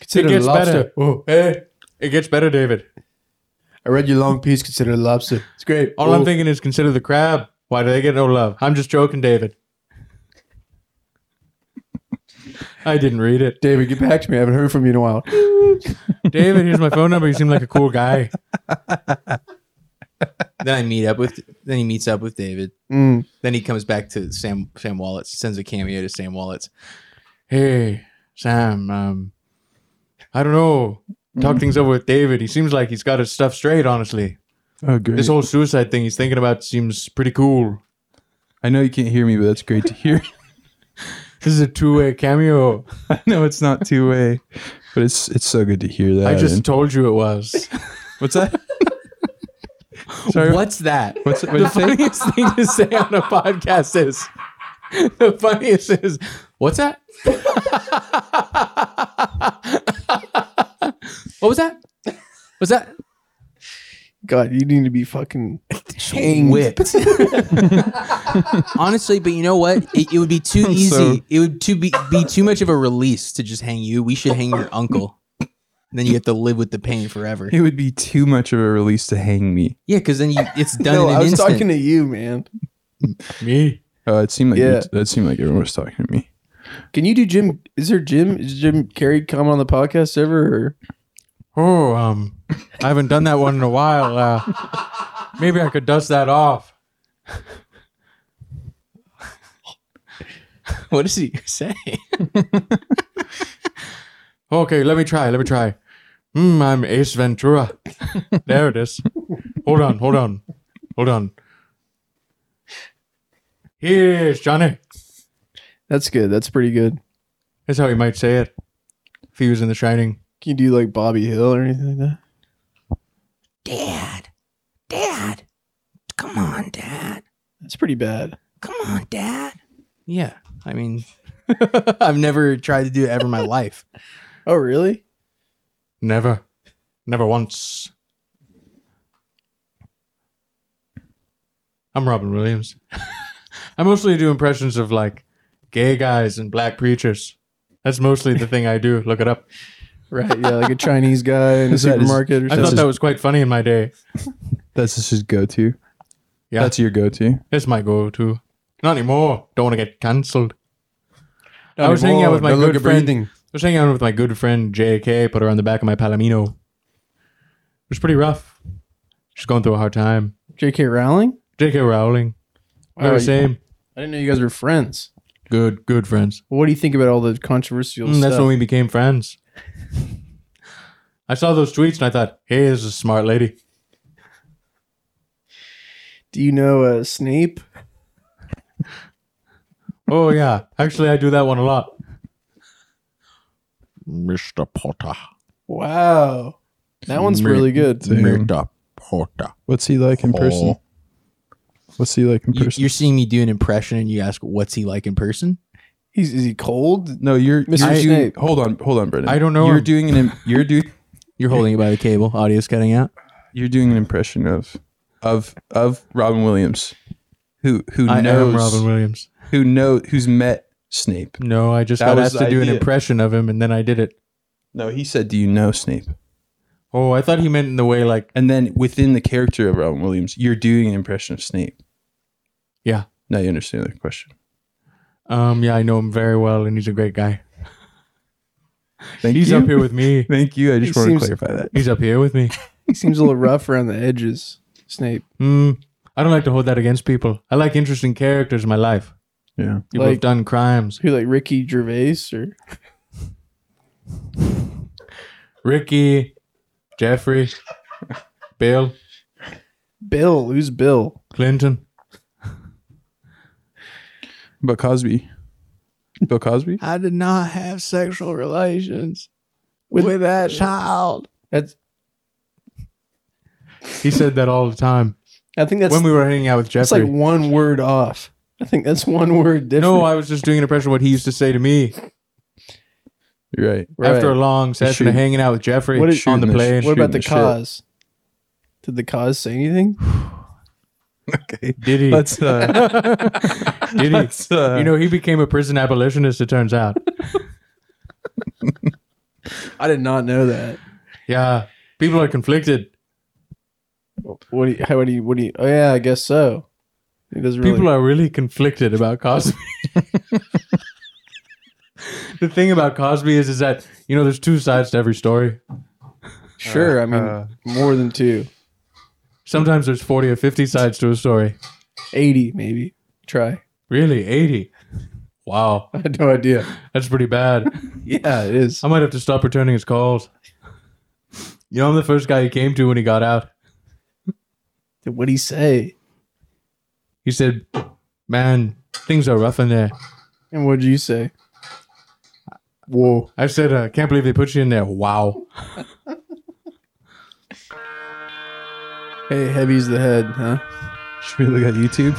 Speaker 15: Consider
Speaker 3: it gets
Speaker 15: lobster.
Speaker 3: better.
Speaker 15: Oh.
Speaker 3: Hey, it gets better, David.
Speaker 15: I read your long piece. Consider a lobster. It's great. Oh,
Speaker 3: All I'm
Speaker 4: Oh.
Speaker 15: Whoa.
Speaker 3: thinking is consider the crab. Why do they get no love? I'm just joking, David. I didn't read it.
Speaker 15: David, get back to me. I haven't heard from you in a while.
Speaker 3: David, here's my phone number. You seem like a cool guy. then I meet up with. Then he meets up with David.
Speaker 15: Mm.
Speaker 3: Then he comes back to Sam. Sam Wallets. He sends a cameo to Sam Wallets. Hey, Sam. Um, I don't know. Talk things over with David. He seems like he's got his stuff straight. Honestly,
Speaker 2: Oh, great.
Speaker 3: this whole suicide thing he's thinking about seems pretty cool.
Speaker 2: I know you can't hear me, but that's great to hear.
Speaker 3: This is a two-way cameo.
Speaker 2: I know it's not two way, but it's it's so good to hear that.
Speaker 3: I just
Speaker 2: and-
Speaker 3: told you it was.
Speaker 2: what's that? Sorry,
Speaker 3: What's that?
Speaker 2: What's what
Speaker 3: the
Speaker 2: you say?
Speaker 3: funniest thing to say on a podcast is the funniest is what's that? what was that? Was that
Speaker 4: God, you need to be fucking hanged.
Speaker 3: whipped? Honestly, but you know what? It, it would be too easy.
Speaker 4: so-
Speaker 3: It would too be, be too much of a release to just hang you. We should hang your uncle. And then you have to live with the pain forever.
Speaker 2: It would be too much of a release to hang me.
Speaker 3: Yeah, because then you, it's done
Speaker 4: No,
Speaker 3: in an
Speaker 4: I was
Speaker 3: instant.
Speaker 4: talking to you, man.
Speaker 3: Me?
Speaker 2: Uh, it seemed like you-
Speaker 4: Yeah.
Speaker 2: it seemed like everyone was talking to me.
Speaker 4: Can you do Jim? Is there Jim? Is Jim Carrey come on the podcast ever? Or?
Speaker 3: Oh, um, I haven't done that one in a while. Uh, maybe I could dust that off. what does he say? okay, let me try. Let me try. Hmm, I'm Ace Ventura. there it is. Hold on, hold on, hold on. Here's Johnny.
Speaker 4: That's good. That's pretty good.
Speaker 3: That's how he might say it. if he was in The Shining.
Speaker 4: Can you do like Bobby Hill or anything like that?
Speaker 10: Dad, Dad, come on, Dad,
Speaker 4: That's pretty bad.
Speaker 10: come on, Dad.
Speaker 3: Yeah, I mean, I've never tried to do it ever in my life.
Speaker 4: Oh, really?
Speaker 3: Never, never once. I'm Robin Williams. I mostly do impressions of like gay guys and black preachers. That's mostly the thing I do. Look it up.
Speaker 4: Right. Yeah, like a Chinese guy in a
Speaker 2: Is that his-
Speaker 4: supermarket or
Speaker 3: I
Speaker 4: something.
Speaker 3: thought that was quite funny in my day.
Speaker 2: That's just his go-to.
Speaker 3: Yeah.
Speaker 2: that's your go-to.
Speaker 3: It's my go-to. Not anymore. Don't want to get cancelled.
Speaker 15: Not
Speaker 3: I was hanging out
Speaker 15: anymore.
Speaker 3: with my
Speaker 15: Don't look
Speaker 3: good
Speaker 15: at
Speaker 3: friend.
Speaker 15: breathing.
Speaker 3: I was hanging out with my good friend JK. Put her on the back of my Palomino. It was pretty rough. She's going through a hard time.
Speaker 4: J.K. Rowling.
Speaker 3: JK Rowling.
Speaker 4: Wow,
Speaker 3: They're
Speaker 4: you-
Speaker 3: the same.
Speaker 4: I didn't know you guys were friends.
Speaker 3: Good, good friends.
Speaker 4: What do you think about all the controversial
Speaker 3: Mm,
Speaker 4: stuff?
Speaker 3: that's when we became friends. I saw those tweets and I thought, "Hey, this is a smart lady."
Speaker 4: do you know uh, Snape?
Speaker 3: Oh yeah, actually, I do that one a lot. Mr. Potter.
Speaker 4: Wow, that one's really good.
Speaker 2: Damn. What's he like in person? What's he like in
Speaker 3: You,
Speaker 2: person?
Speaker 3: are seeing me do an impression and you ask, "What's he like in person?"
Speaker 4: He's is he cold?
Speaker 2: no, you're
Speaker 4: Mr.
Speaker 2: you're doing-
Speaker 4: Snape.
Speaker 2: Hold on, hold on, Brendan.
Speaker 3: I don't know
Speaker 2: You're
Speaker 3: him.
Speaker 2: doing an im- you're doing
Speaker 3: You're holding it by the cable. Audio's cutting out.
Speaker 2: you're doing an impression of of of Robin Williams, who who
Speaker 3: I
Speaker 2: knows
Speaker 3: am Robin Williams.
Speaker 2: who know who's met Snape.
Speaker 3: No, I just
Speaker 2: That
Speaker 3: got
Speaker 2: was
Speaker 3: asked
Speaker 2: the
Speaker 3: to do an
Speaker 2: idea.
Speaker 3: impression of him, and then I did it.
Speaker 2: No, he said, "Do you know Snape?"
Speaker 3: Oh, I thought he meant in the way like,
Speaker 2: And then within the character of Robin Williams, you're doing an impression of Snape.
Speaker 3: yeah,
Speaker 2: Now you understand the question.
Speaker 3: um, yeah, I know him very well, and he's a great guy.
Speaker 2: Thank
Speaker 3: he's
Speaker 2: you.
Speaker 3: up here with me.
Speaker 2: Thank you. I just
Speaker 4: He
Speaker 2: want to
Speaker 4: seems-
Speaker 2: clarify that.
Speaker 3: He's up here with me.
Speaker 4: He seems a little rough around the edges. Snape,
Speaker 3: Hmm. I don't like to hold that against people. I like interesting characters in my life.
Speaker 2: Yeah.
Speaker 3: People
Speaker 4: Like-
Speaker 3: have done crimes.
Speaker 4: who like Ricky Gervais or
Speaker 3: Ricky, Jeffrey, Bill,
Speaker 4: Bill? Who's Bill?
Speaker 3: Clinton.
Speaker 2: But Cosby. Bill Cosby?
Speaker 3: I did not have sexual relations.
Speaker 4: With, that
Speaker 3: child.
Speaker 4: That's.
Speaker 3: He said that all the time.
Speaker 4: I think that's
Speaker 3: when we were hanging out with
Speaker 4: that's
Speaker 3: Jeffrey.
Speaker 4: like one word off. I think that's one word different.
Speaker 3: no, I was just doing an impression of what he used to say to me
Speaker 2: You're right.
Speaker 4: Right.
Speaker 3: after a long session of
Speaker 2: Shoot.
Speaker 3: hanging out with Jeffrey
Speaker 4: What is-
Speaker 3: on the
Speaker 2: Shooting the
Speaker 3: plane.
Speaker 2: shit.
Speaker 4: what about the
Speaker 2: shooting the shit.
Speaker 4: cause? Did the cause say anything?
Speaker 2: Okay.
Speaker 3: Did he?
Speaker 2: Let's uh
Speaker 3: Did he?
Speaker 2: let's, uh,
Speaker 3: you know, he became a prison abolitionist, it turns out.
Speaker 4: I did not know that.
Speaker 3: yeah. People are conflicted.
Speaker 4: What do you? How do you? What do you? Oh yeah, I guess so. It doesn't really.
Speaker 3: People are really conflicted about Cosby. the thing about Cosby is, is that you know there's two sides to every story.
Speaker 4: Uh, sure. I mean, more than two.
Speaker 3: Sometimes there's forty or fifty sides to a story.
Speaker 4: 80 maybe try
Speaker 3: Really, eighty. Wow,
Speaker 4: i had no idea
Speaker 3: that's pretty bad.
Speaker 4: yeah it is
Speaker 3: I might have to stop returning his calls. You know, I'm the first guy he came to when he got out.
Speaker 4: what'd he say
Speaker 3: He said, "Man, things are rough in there."
Speaker 4: and what'd you say whoa
Speaker 3: I said, uh, "Can't believe they put you in there." Wow.
Speaker 4: hey heavy's the head huh
Speaker 2: should we look at YouTube?